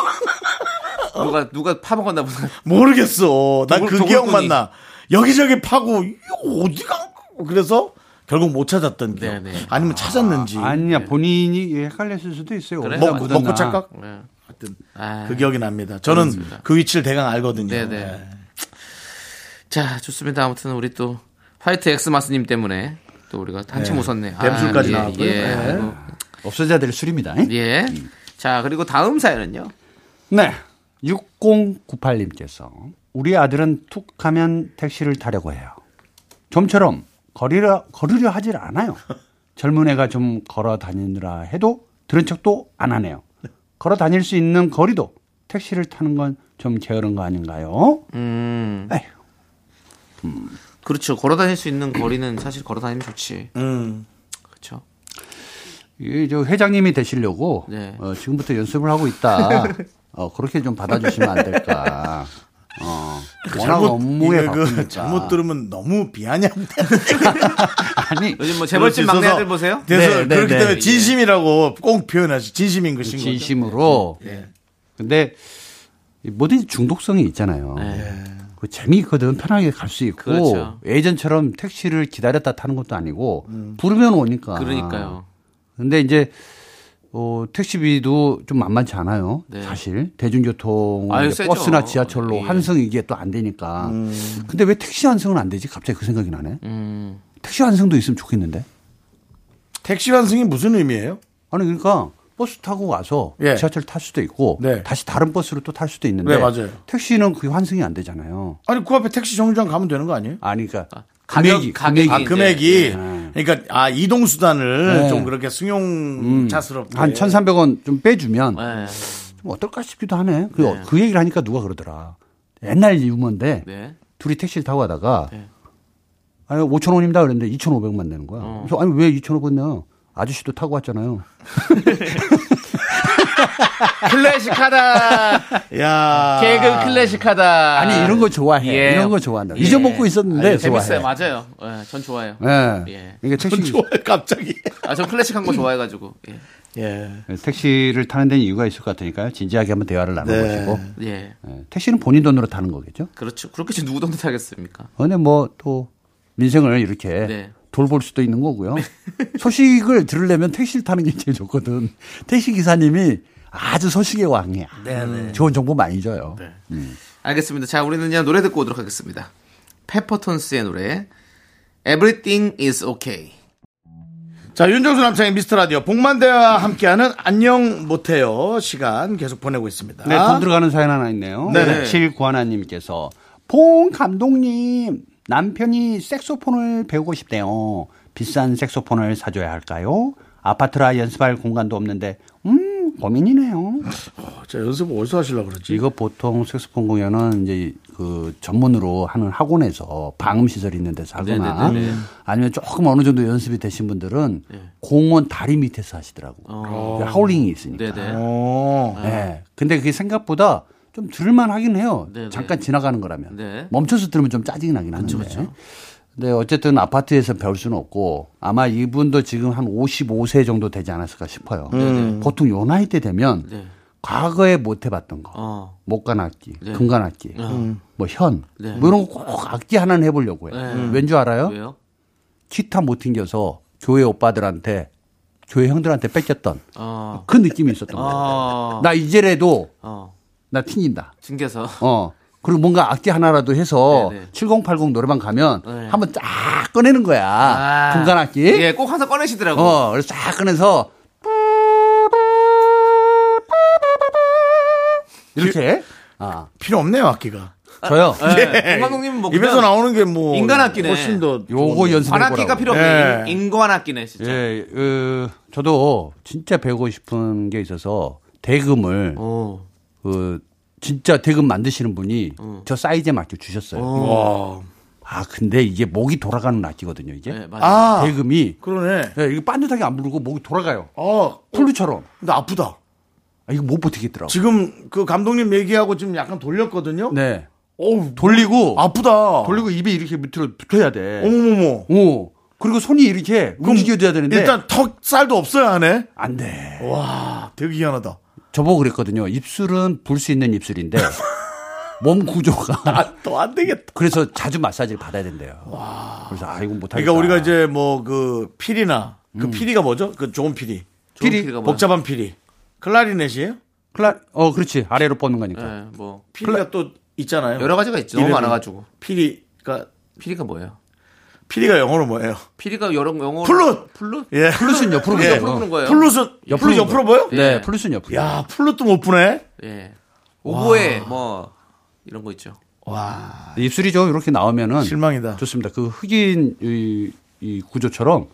Speaker 2: 누가 누가 파먹었나 보다.
Speaker 9: 모르겠어 난
Speaker 2: 도굴-
Speaker 9: 그
Speaker 2: 도굴꾼이.
Speaker 9: 기억만 나 여기저기 파고 이거 어디가 그래서 결국 못 찾았던 기억
Speaker 2: 네,
Speaker 9: 아니면 찾았는지
Speaker 7: 아니야 본인이 헷갈렸을 수도 있어요.
Speaker 9: 그래?
Speaker 7: 어디다
Speaker 9: 먹-
Speaker 7: 묻었나. 네.
Speaker 9: 먹고 착각?
Speaker 2: 네. 하여튼
Speaker 9: 그 기억이 납니다. 저는 그 위치를 대강 알거든요.
Speaker 2: 네네. 자, 좋습니다. 아무튼 우리 또 화이트 엑스마스님 때문에 또 우리가 한참
Speaker 7: 네.
Speaker 2: 웃었네요.
Speaker 7: 뱀술까지
Speaker 2: 예,
Speaker 7: 나왔고요.
Speaker 2: 예,
Speaker 7: 네.
Speaker 2: 아이고.
Speaker 7: 없어져야 될 술입니다.
Speaker 2: 예. 자, 그리고 다음 사연은요.
Speaker 7: 네. 6098님께서 우리 아들은 툭 하면 택시를 타려고 해요. 좀처럼 거리려, 걸으려 하질 않아요. 젊은 애가 좀 걸어 다니느라 해도 들은 척도 안 하네요. 걸어 다닐 수 있는 거리도 택시를 타는 건 좀 게으른 거 아닌가요? 네.
Speaker 2: 음. 그렇죠. 걸어 다닐 수 있는 거리는 사실 걸어 다니면 좋지.
Speaker 9: 음.
Speaker 2: 그렇죠.
Speaker 7: 이 저 회장님이 되시려고
Speaker 2: 네.
Speaker 7: 어, 지금부터 연습을 하고 있다. 어, 그렇게 좀 받아주시면 안 될까. 어, 워낙
Speaker 9: 잘못,
Speaker 7: 업무에
Speaker 9: 이거 그
Speaker 7: 바쁘니까.
Speaker 9: 잘못 들으면 너무 비아냥.
Speaker 7: 아니
Speaker 2: 요즘 뭐 재벌집
Speaker 9: 그럴 수
Speaker 2: 막내
Speaker 9: 있어서
Speaker 2: 아들 보세요.
Speaker 9: 그래서
Speaker 7: 네,
Speaker 9: 그렇기
Speaker 7: 네,
Speaker 9: 때문에
Speaker 7: 예. 그
Speaker 9: 진심이라고 꼭 표현하시. 진심인 그 것인 거죠.
Speaker 7: 진심으로.
Speaker 2: 예.
Speaker 7: 근데 이 뭐든지 중독성이 있잖아요. 그 재미있거든 편하게 갈 수 있고
Speaker 2: 네. 그렇죠.
Speaker 7: 예전처럼 택시를 기다렸다 타는 것도 아니고 부르면 오니까.
Speaker 2: 음. 그러니까요.
Speaker 7: 근데 이제 어, 택시비도 좀 만만치 않아요.
Speaker 2: 네.
Speaker 7: 사실 대중교통
Speaker 2: 아유, 세죠. 예.
Speaker 7: 버스나 지하철로 환승 이게 또 안 되니까. 근데 왜 택시 환승은 안 되지? 갑자기 그 생각이 나네.
Speaker 2: 음.
Speaker 7: 택시 환승도 있으면 좋겠는데.
Speaker 9: 택시 환승이 무슨 의미예요?
Speaker 7: 아니 그러니까 버스 타고 와서
Speaker 9: 예.
Speaker 7: 지하철 탈 수도 있고 다시 다른 버스로 또 탈 수도 있는데
Speaker 9: 네, 맞아요.
Speaker 7: 택시는 그게 환승이 안 되잖아요.
Speaker 9: 아니 그 앞에 택시 정류장 가면 되는 거 아니에요?
Speaker 7: 아니 그러니까
Speaker 9: 가격이
Speaker 7: 가격이
Speaker 9: 아,
Speaker 7: 이제,
Speaker 9: 금액이
Speaker 2: 네.
Speaker 9: 그러니까 아 이동 수단을
Speaker 7: 네.
Speaker 9: 좀 그렇게 승용차스럽게
Speaker 7: 한 1,300원 좀 빼주면
Speaker 2: 네.
Speaker 7: 좀 어떨까 싶기도 하네. 그,
Speaker 9: 네.
Speaker 7: 그 얘기를 하니까 누가 그러더라. 옛날 유머인데
Speaker 2: 네.
Speaker 7: 둘이 택시를 타고 가다가 아니 5,000원입니다 그랬는데 2,500만 내는 거야.
Speaker 2: 어.
Speaker 7: 그래서 아니 왜 2,500원 내요? 아저씨도 타고 왔잖아요.
Speaker 2: 클래식하다.
Speaker 9: 야.
Speaker 2: 개그 클래식하다.
Speaker 7: 아니 이런 거 좋아해.
Speaker 2: 예.
Speaker 7: 이런 거 좋아한다.
Speaker 2: 예.
Speaker 7: 잊어먹고 있었는데
Speaker 2: 아,
Speaker 9: 네,
Speaker 7: 좋아해.
Speaker 2: 재밌어요. 맞아요. 예, 전 좋아해요.
Speaker 7: 예.
Speaker 2: 예.
Speaker 7: 이게 택시
Speaker 9: 갑자기.
Speaker 2: 아, 전 클래식한 거 좋아해가지고. 예.
Speaker 7: 택시를 타는 데는 이유가 있을 것 같으니까요. 진지하게 한번 대화를 나눠보시고.
Speaker 2: 예.
Speaker 7: 예, 택시는 본인 돈으로 타는 거겠죠.
Speaker 2: 그렇죠. 그렇게 누구 돈도 타겠습니까?
Speaker 7: 근데 뭐 또 민생을 이렇게
Speaker 2: 네.
Speaker 7: 돌볼 수도 있는 거고요. 소식을 들으려면 택시를 타는 게 제일 좋거든. 택시 기사님이 아주 소식의 왕이야.
Speaker 2: 네네.
Speaker 7: 좋은 정보 많이 줘요. 음.
Speaker 2: 알겠습니다. 자, 우리는 이제 노래 듣고 오도록 하겠습니다. 페퍼톤스의 노래 Everything is okay.
Speaker 9: 자, 윤정수 남창의 미스터 라디오 복만대와 함께하는 안녕 못해요 시간 계속 보내고 있습니다.
Speaker 7: 네, 돈 들어가는 사연 하나 있네요.
Speaker 9: 네네.
Speaker 7: 7관아님께서 봉 감독님 남편이 색소폰을 배우고 싶대요. 비싼 색소폰을 사줘야 할까요? 아파트라 연습할 공간도 없는데 음 고민이네요.
Speaker 9: 자, 연습 어디서 하시려고 그러지?
Speaker 7: 이거 보통 색소폰 공연은 이제 그 전문으로 하는 학원에서 방음 시설이 있는 데서 하거나
Speaker 2: 네네네네.
Speaker 7: 아니면 조금 어느 정도 연습이 되신 분들은
Speaker 9: 네.
Speaker 7: 공원 다리 밑에서 하시더라고. 그
Speaker 2: 어.
Speaker 7: 하울링이 있으니까.
Speaker 2: 네네. 아.
Speaker 7: 네. 근데 그게 생각보다 좀 들을만 하긴 해요.
Speaker 2: 네네.
Speaker 7: 잠깐 지나가는 거라면.
Speaker 2: 네.
Speaker 7: 멈춰서 들으면 좀 짜증이 나긴 하는데. 근데 어쨌든 아파트에서 배울 수는 없고 아마 이분도 지금 한 55세 정도 되지 않았을까 싶어요.
Speaker 2: 네네. 네.
Speaker 7: 보통 요 나이 때 되면 과거에 못 해봤던 거.
Speaker 2: 어.
Speaker 7: 목관 악기,
Speaker 2: 네.
Speaker 7: 금관 악기,
Speaker 2: 음.
Speaker 7: 뭐 현,
Speaker 2: 네.
Speaker 7: 뭐 이런 거 꼭 악기 하나는 해보려고 해요.
Speaker 2: 네.
Speaker 7: 왠 줄 알아요?
Speaker 2: 왜요?
Speaker 7: 기타 못 튕겨서 교회 오빠들한테 교회 형들한테 뺏겼던
Speaker 2: 어.
Speaker 7: 그 느낌이 있었던 거예요.
Speaker 2: 어.
Speaker 7: 나 이제라도
Speaker 2: 어.
Speaker 7: 나 튕긴다.
Speaker 2: 튕겨서.
Speaker 7: 어. 그리고 뭔가 악기 하나라도 해서
Speaker 2: 네네.
Speaker 7: 7080 노래방 가면
Speaker 2: 네.
Speaker 7: 한번 쫙 꺼내는 거야.
Speaker 2: 아.
Speaker 7: 분간 악기.
Speaker 2: 예, 꼭 항상 꺼내시더라고.
Speaker 7: 어, 그래서 쫙 꺼내서 이렇게 아.
Speaker 9: 필요 없네요 악기가.
Speaker 7: 저요?
Speaker 2: 네. 예. 감독님은 뭐
Speaker 9: 입에서
Speaker 2: 그냥
Speaker 9: 나오는 게 뭐
Speaker 2: 인간 악기네.
Speaker 9: 훨씬 더 예.
Speaker 7: 요거 연습해 보라고.
Speaker 2: 예. 관악기가 필요 없네. 인- 인간 악기네 진짜.
Speaker 7: 예, 어, 저도 진짜 배우고 싶은 게 있어서 대금을 그 진짜 대금 만드시는 분이 저 사이즈에 맞게 주셨어요.
Speaker 9: 오.
Speaker 7: 아 근데 이게 목이 돌아가는 악기거든요. 이게
Speaker 9: 맞아요. 아.
Speaker 7: 대금이
Speaker 9: 그러네.
Speaker 7: 예, 이거 반듯하게 안 부르고 목이 돌아가요.
Speaker 9: 어,
Speaker 7: 플루처럼.
Speaker 9: 근데 아프다.
Speaker 7: 아, 이거 못 버티겠더라고.
Speaker 9: 지금 그 감독님 얘기하고 지금 약간 돌렸거든요.
Speaker 7: 네.
Speaker 9: 어우,
Speaker 7: 돌리고
Speaker 9: 아프다.
Speaker 7: 돌리고 입에 이렇게 밑으로 붙어야 돼.
Speaker 9: 어머머머.
Speaker 7: 오. 그리고 손이 이렇게 움직여줘야 되는데
Speaker 9: 일단 턱살도 없어야 하네.
Speaker 7: 안 돼.
Speaker 9: 와, 아, 되게 희한하다.
Speaker 7: 저보고 그랬거든요. 입술은 불 수 있는 입술인데 몸 구조가 아,
Speaker 9: 또 안 되겠다.
Speaker 7: 그래서 자주 마사지를 받아야 된대요. 그래서 아 이건 못하겠다.
Speaker 9: 그러니까 우리가 이제 뭐 그 필이나 그 필이가 뭐죠? 그 좋은 필이.
Speaker 7: 좋은 피리? 피리가 뭐야?
Speaker 9: 복잡한 필이. 클라리넷이에요?
Speaker 7: 클라 어 그렇지 아래로 뻗는 거니까.
Speaker 2: 뭐
Speaker 9: 필이가 또 있잖아요.
Speaker 2: 여러 가지가 있죠. 너무
Speaker 9: 이름이.
Speaker 2: 많아가지고.
Speaker 9: 필이가
Speaker 2: 피리가 뭐예요?
Speaker 9: 필이가 영어로 뭐예요?
Speaker 2: 피리가 여러 영어
Speaker 9: 플룻!
Speaker 2: 플룻?
Speaker 9: 예.
Speaker 7: 플룻은 옆으로
Speaker 9: 예.
Speaker 2: 옆으로 부는 거예요.
Speaker 9: 플룻은
Speaker 2: 옆으로
Speaker 9: 옆으로
Speaker 2: 부는
Speaker 9: 옆으로
Speaker 2: 거예요.
Speaker 9: 보여?
Speaker 7: 네, 플룻은 옆으로.
Speaker 9: 야, 플룻도 못 부네.
Speaker 2: 예. 오보에 뭐 이런 거 있죠.
Speaker 7: 네, 입술이 좀 이렇게 나오면은
Speaker 9: 실망이다.
Speaker 7: 좋습니다. 그 흑인 이, 이 구조처럼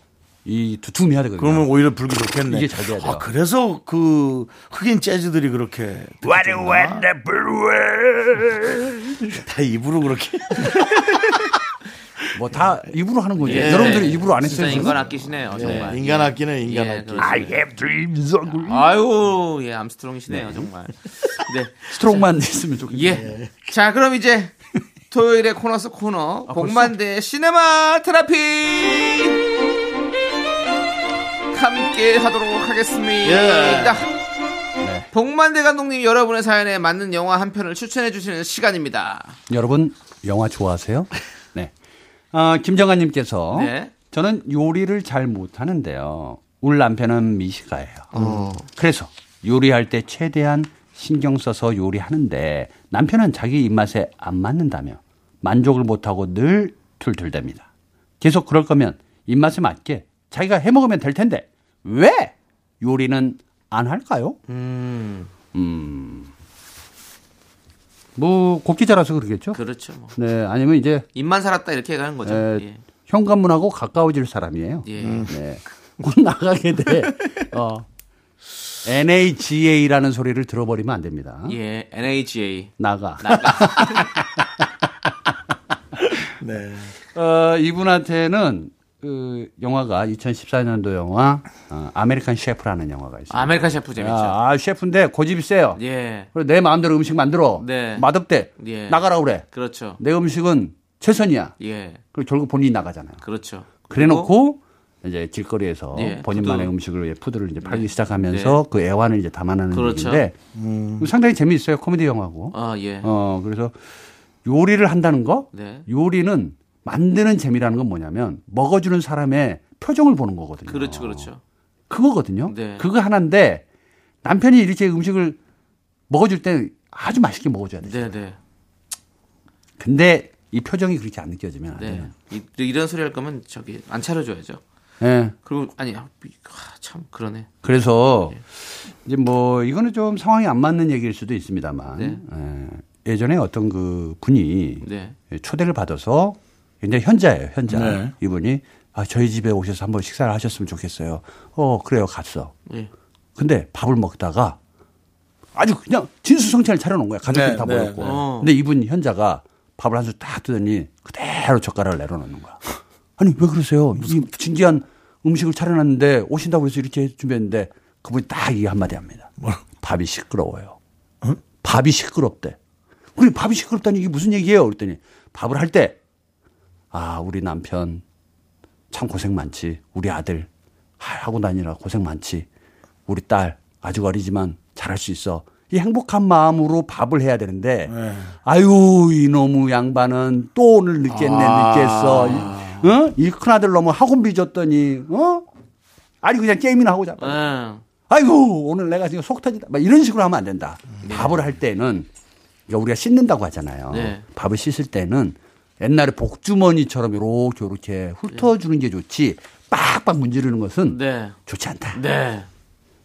Speaker 7: 이 두툼해야 되거든요.
Speaker 9: 그러면 오히려 불기 좋겠네.
Speaker 7: 이게 잘 돼야 돼요.
Speaker 9: 아, 그래서 그 흑인 재즈들이 그렇게
Speaker 13: What a wonderful world.
Speaker 9: 다 입으로 그렇게
Speaker 7: 뭐 다 입으로 하는 거죠.
Speaker 2: 예.
Speaker 7: 여러분들이 입으로 안 했어요.
Speaker 2: 진짜 인간 아끼시네요, 정말.
Speaker 9: 인간 악기는 인간
Speaker 2: 예,
Speaker 9: 악기.
Speaker 2: 그렇습니다. I have 아유, 예, 암스트롱이시네요, 정말. 네.
Speaker 7: 스트롱만 있으면 좋겠네요.
Speaker 2: 예. 자, 그럼 이제 토요일의 코너 속 코너 복만대 시네마 테라피 함께 하도록 하겠습니다. 네. 복만대 감독님 여러분의 사연에 맞는 영화 한 편을 추천해 주시는 시간입니다.
Speaker 7: 여러분 영화 좋아하세요? 네. 아, 김정아님께서
Speaker 2: 네.
Speaker 7: 저는 요리를 잘 못하는데요. 우리 남편은 미식가예요. 그래서 요리할 때 최대한 신경 써서 요리하는데 남편은 자기 입맛에 안 맞는다며 만족을 못하고 늘 툴툴댑니다. 계속 그럴 거면 입맛에 맞게 자기가 해 먹으면 될 텐데 왜 요리는 안 할까요?
Speaker 2: 음.
Speaker 7: 뭐 곱게 자라서 그러겠죠.
Speaker 2: 그렇죠. 뭐.
Speaker 7: 네, 아니면 이제
Speaker 2: 입만 살았다 이렇게 가는 거죠.
Speaker 7: 에,
Speaker 2: 예.
Speaker 7: 현관문하고 가까워질 사람이에요.
Speaker 2: 예.
Speaker 7: 네. 곧 나가게 돼. 어. NHA라는 소리를 들어버리면 안 됩니다.
Speaker 2: 예, NHA.
Speaker 7: 나가.
Speaker 9: 네.
Speaker 7: 어, 이분한테는 그 영화가 2014년도 영화 어, 아메리칸 셰프라는 영화가 있어요.
Speaker 2: 아메리칸 셰프 재밌죠.
Speaker 7: 아, 아, 셰프인데 고집이 세요.
Speaker 2: 예.
Speaker 7: 그리고 내 마음대로 음식 만들어.
Speaker 2: 네.
Speaker 7: 맛없대.
Speaker 2: 예.
Speaker 7: 나가라 그래.
Speaker 2: 그렇죠.
Speaker 7: 내 음식은 최선이야.
Speaker 2: 예.
Speaker 7: 그리고 결국 본인이 나가잖아요.
Speaker 2: 그렇죠.
Speaker 7: 그래놓고 이제 길거리에서
Speaker 2: 예,
Speaker 7: 본인만의
Speaker 2: 푸드.
Speaker 7: 음식을 예, 푸드를 이제 팔기 시작하면서 그 애환을 이제 담아내는
Speaker 2: 그렇죠.
Speaker 7: 얘기인데 음, 상당히 재미있어요 코미디 영화고.
Speaker 2: 아, 예.
Speaker 7: 어 그래서 요리를 한다는 거,
Speaker 2: 네.
Speaker 7: 요리는 만드는 재미라는 건 뭐냐면 먹어주는 사람의 표정을 보는 거거든요.
Speaker 2: 그렇죠, 그렇죠.
Speaker 7: 그거거든요.
Speaker 2: 네.
Speaker 7: 그거 하나인데 남편이 이렇게 음식을 먹어줄 때 아주 맛있게 먹어줘야 돼.
Speaker 2: 네, 네.
Speaker 7: 근데 이 표정이 그렇게 안 느껴지면 안 돼요.
Speaker 2: 네. 이, 이런 소리 할 거면 저기 안 차려줘야죠.
Speaker 7: 예.
Speaker 2: 그리고 아니 아, 미- 아, 참 그러네.
Speaker 7: 그래서 이제 뭐 이거는 좀 상황이 안 맞는 얘기일 수도 있습니다만 예, 예전에 어떤 그 분이
Speaker 2: 네.
Speaker 7: 초대를 받아서 굉장히 현자예요 현자
Speaker 2: 네.
Speaker 7: 이분이 아 저희 집에 오셔서 한번 식사를 하셨으면 좋겠어요 어 그래요 갔어
Speaker 2: 예.
Speaker 7: 근데 밥을 먹다가 아주 그냥 진수성찬을 차려놓은 거야 가족들이
Speaker 9: 네,
Speaker 7: 다
Speaker 9: 네,
Speaker 7: 모였고
Speaker 9: 네. 어.
Speaker 7: 근데 이분 현자가 밥을 한 술 딱 뜨더니 그대로 젓가락을 내려놓는 거야 아니 왜 그러세요 이 진지한 음식을 차려놨는데 오신다고 해서 이렇게 준비했는데 그분이 딱 이 한마디 합니다
Speaker 9: 뭐?
Speaker 7: 밥이 시끄러워요 밥이 시끄럽대 그래 밥이 시끄럽다니 이게 무슨 얘기예요 그랬더니 밥을 할 때 아, 우리 남편 참 고생 많지. 우리 아들 하- 하고 다니라 고생 많지. 우리 딸 아직 어리지만 잘할 수 있어. 이 행복한 마음으로 밥을 해야 되는데 아유 이놈의 양반은 또 오늘 늦겠네
Speaker 9: 아.
Speaker 7: 늦겠어. 이- 어? 이 큰아들 너무 학원 빚었더니 어? 아니 그냥 게임이나 하고 자고. 아이고 오늘 내가 지금 속 터진다. 막 이런 식으로 하면 안 된다. 밥을 할 때는 그러니까 우리가 씻는다고 하잖아요.
Speaker 2: 네.
Speaker 7: 밥을 씻을 때는 옛날에 복주머니처럼 이렇게 이렇게 훑어주는 게 좋지 빡빡 문지르는 것은
Speaker 2: 네.
Speaker 7: 좋지 않다.
Speaker 2: 네.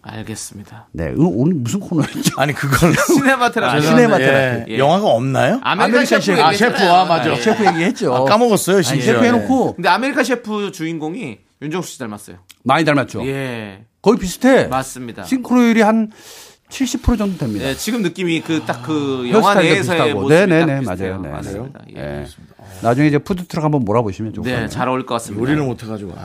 Speaker 2: 알겠습니다.
Speaker 7: 네, 어, 오늘 무슨 코너였죠?
Speaker 9: 아니 그걸
Speaker 2: 시네마 테라피.
Speaker 9: 아,
Speaker 7: 시네마
Speaker 9: 예.
Speaker 7: 테라피.
Speaker 9: 영화가 없나요?
Speaker 2: 아메리칸 셰프
Speaker 9: 아
Speaker 2: 얘기했잖아요.
Speaker 9: 셰프 아 맞아.
Speaker 2: 예.
Speaker 7: 셰프 얘기했죠.
Speaker 9: 아, 까먹었어요, 심지어.
Speaker 2: 네.
Speaker 7: 셰프 해놓고
Speaker 2: 근데 아메리카 셰프 주인공이 윤정수 씨 닮았어요.
Speaker 7: 많이 닮았죠.
Speaker 2: 예.
Speaker 7: 거의 비슷해.
Speaker 2: 맞습니다.
Speaker 7: 싱크로율이 한 70% 정도 됩니다.
Speaker 2: 예, 지금 느낌이 그 딱 그 영화
Speaker 7: 헤어스타일도
Speaker 2: 내에서의 모습이
Speaker 7: 아, 네네네
Speaker 2: 딱 비슷해요.
Speaker 7: 맞아요. 네.
Speaker 2: 맞습니다. 어.
Speaker 7: 예. 나중에 이제 푸드 트럭 한번 몰아보시면 좋을 것
Speaker 2: 네,
Speaker 7: 같아요.
Speaker 2: 잘 어울릴 것 같습니다.
Speaker 7: 요리를
Speaker 9: 못해가지고.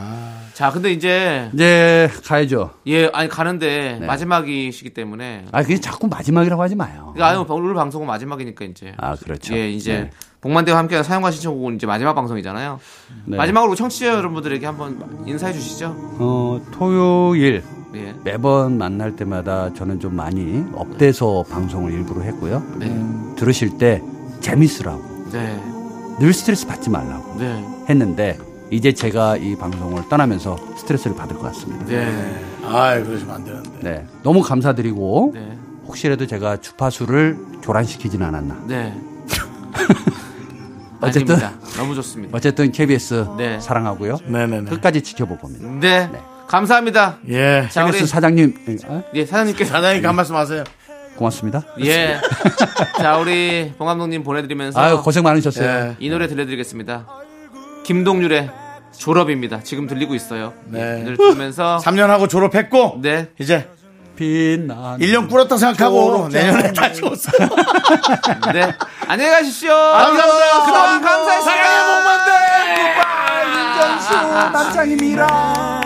Speaker 2: 자, 근데 이제
Speaker 7: 이제 가야죠.
Speaker 2: 예, 아니 가는데
Speaker 7: 네.
Speaker 2: 마지막이시기 때문에
Speaker 7: 아 그게 자꾸 마지막이라고 하지 마요.
Speaker 2: 그러니까 아유, 오늘 방송은 마지막이니까 이제.
Speaker 7: 아 그렇죠.
Speaker 2: 예, 이제
Speaker 7: 네.
Speaker 2: 복만대와 함께 사용하 신청곡은 이제 마지막 방송이잖아요.
Speaker 7: 네.
Speaker 2: 마지막으로 청취자 여러분들에게 한번 인사해 주시죠.
Speaker 7: 어, 토요일
Speaker 2: 예.
Speaker 7: 매번 만날 때마다 저는 좀 많이 업돼서 방송을 일부러 했고요. 음, 들으실 때 재밌으라고
Speaker 2: 네.
Speaker 7: 늘 스트레스 받지 말라고
Speaker 2: 네.
Speaker 7: 했는데 이제 제가 이 방송을 떠나면서 스트레스를 받을 것 같습니다.
Speaker 2: 네.
Speaker 9: 아 그러시면 안 되는데.
Speaker 7: 네, 너무 감사드리고
Speaker 2: 네.
Speaker 7: 혹시라도 제가 주파수를 교란시키진 않았나.
Speaker 2: 네.
Speaker 7: 어쨌든
Speaker 2: 아닙니다. 너무 좋습니다.
Speaker 7: 어쨌든 KBS
Speaker 2: 네.
Speaker 7: 사랑하고요. 끝까지 지켜볼 겁니다.
Speaker 2: 네. 감사합니다.
Speaker 7: 예.
Speaker 2: 자,
Speaker 7: KBS
Speaker 2: 우리-
Speaker 7: 사장님 어?
Speaker 2: 예, 사장님께서 사장님 한 말씀 하세요.
Speaker 7: 고맙습니다.
Speaker 2: 예. 자, 우리 봉 감독님 보내드리면서
Speaker 7: 아유, 고생 많으셨어요.
Speaker 2: 예. 이 노래 들려드리겠습니다. 김동률의 졸업입니다. 지금 들리고 있어요. 네. 늘 들으면서
Speaker 9: 3년 하고 졸업했고
Speaker 2: 네.
Speaker 9: 이제
Speaker 7: 빛나
Speaker 9: 1년 꿇었다 생각하고 내년에 다시 오세요.
Speaker 2: 네. 안녕히 가십시오.
Speaker 9: 감사합니다.
Speaker 2: 그동안 감사했습니다. 네.
Speaker 9: 사랑해,
Speaker 2: 봉만대.
Speaker 6: 윤정수 남창희 미라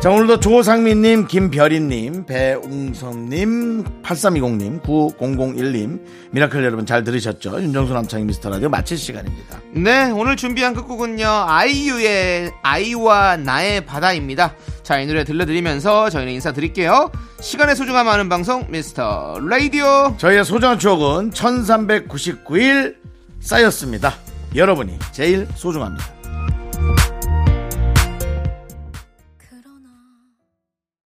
Speaker 9: 자 오늘도 조상민님, 김별인님, 배웅선님, 8320님, 9001님 미라클 여러분 잘 들으셨죠? 윤정수 남창희 미스터 라디오 마칠 시간입니다.
Speaker 2: 네, 오늘 준비한 끝곡은요, 아이유의 아이와 나의 바다입니다. 자, 이 노래 들려드리면서 저희는 인사드릴게요. 시간의 소중함 아는 방송, 미스터 라디오.
Speaker 9: 저희의 소중한 추억은 1399일 쌓였습니다. 여러분이 제일 소중합니다.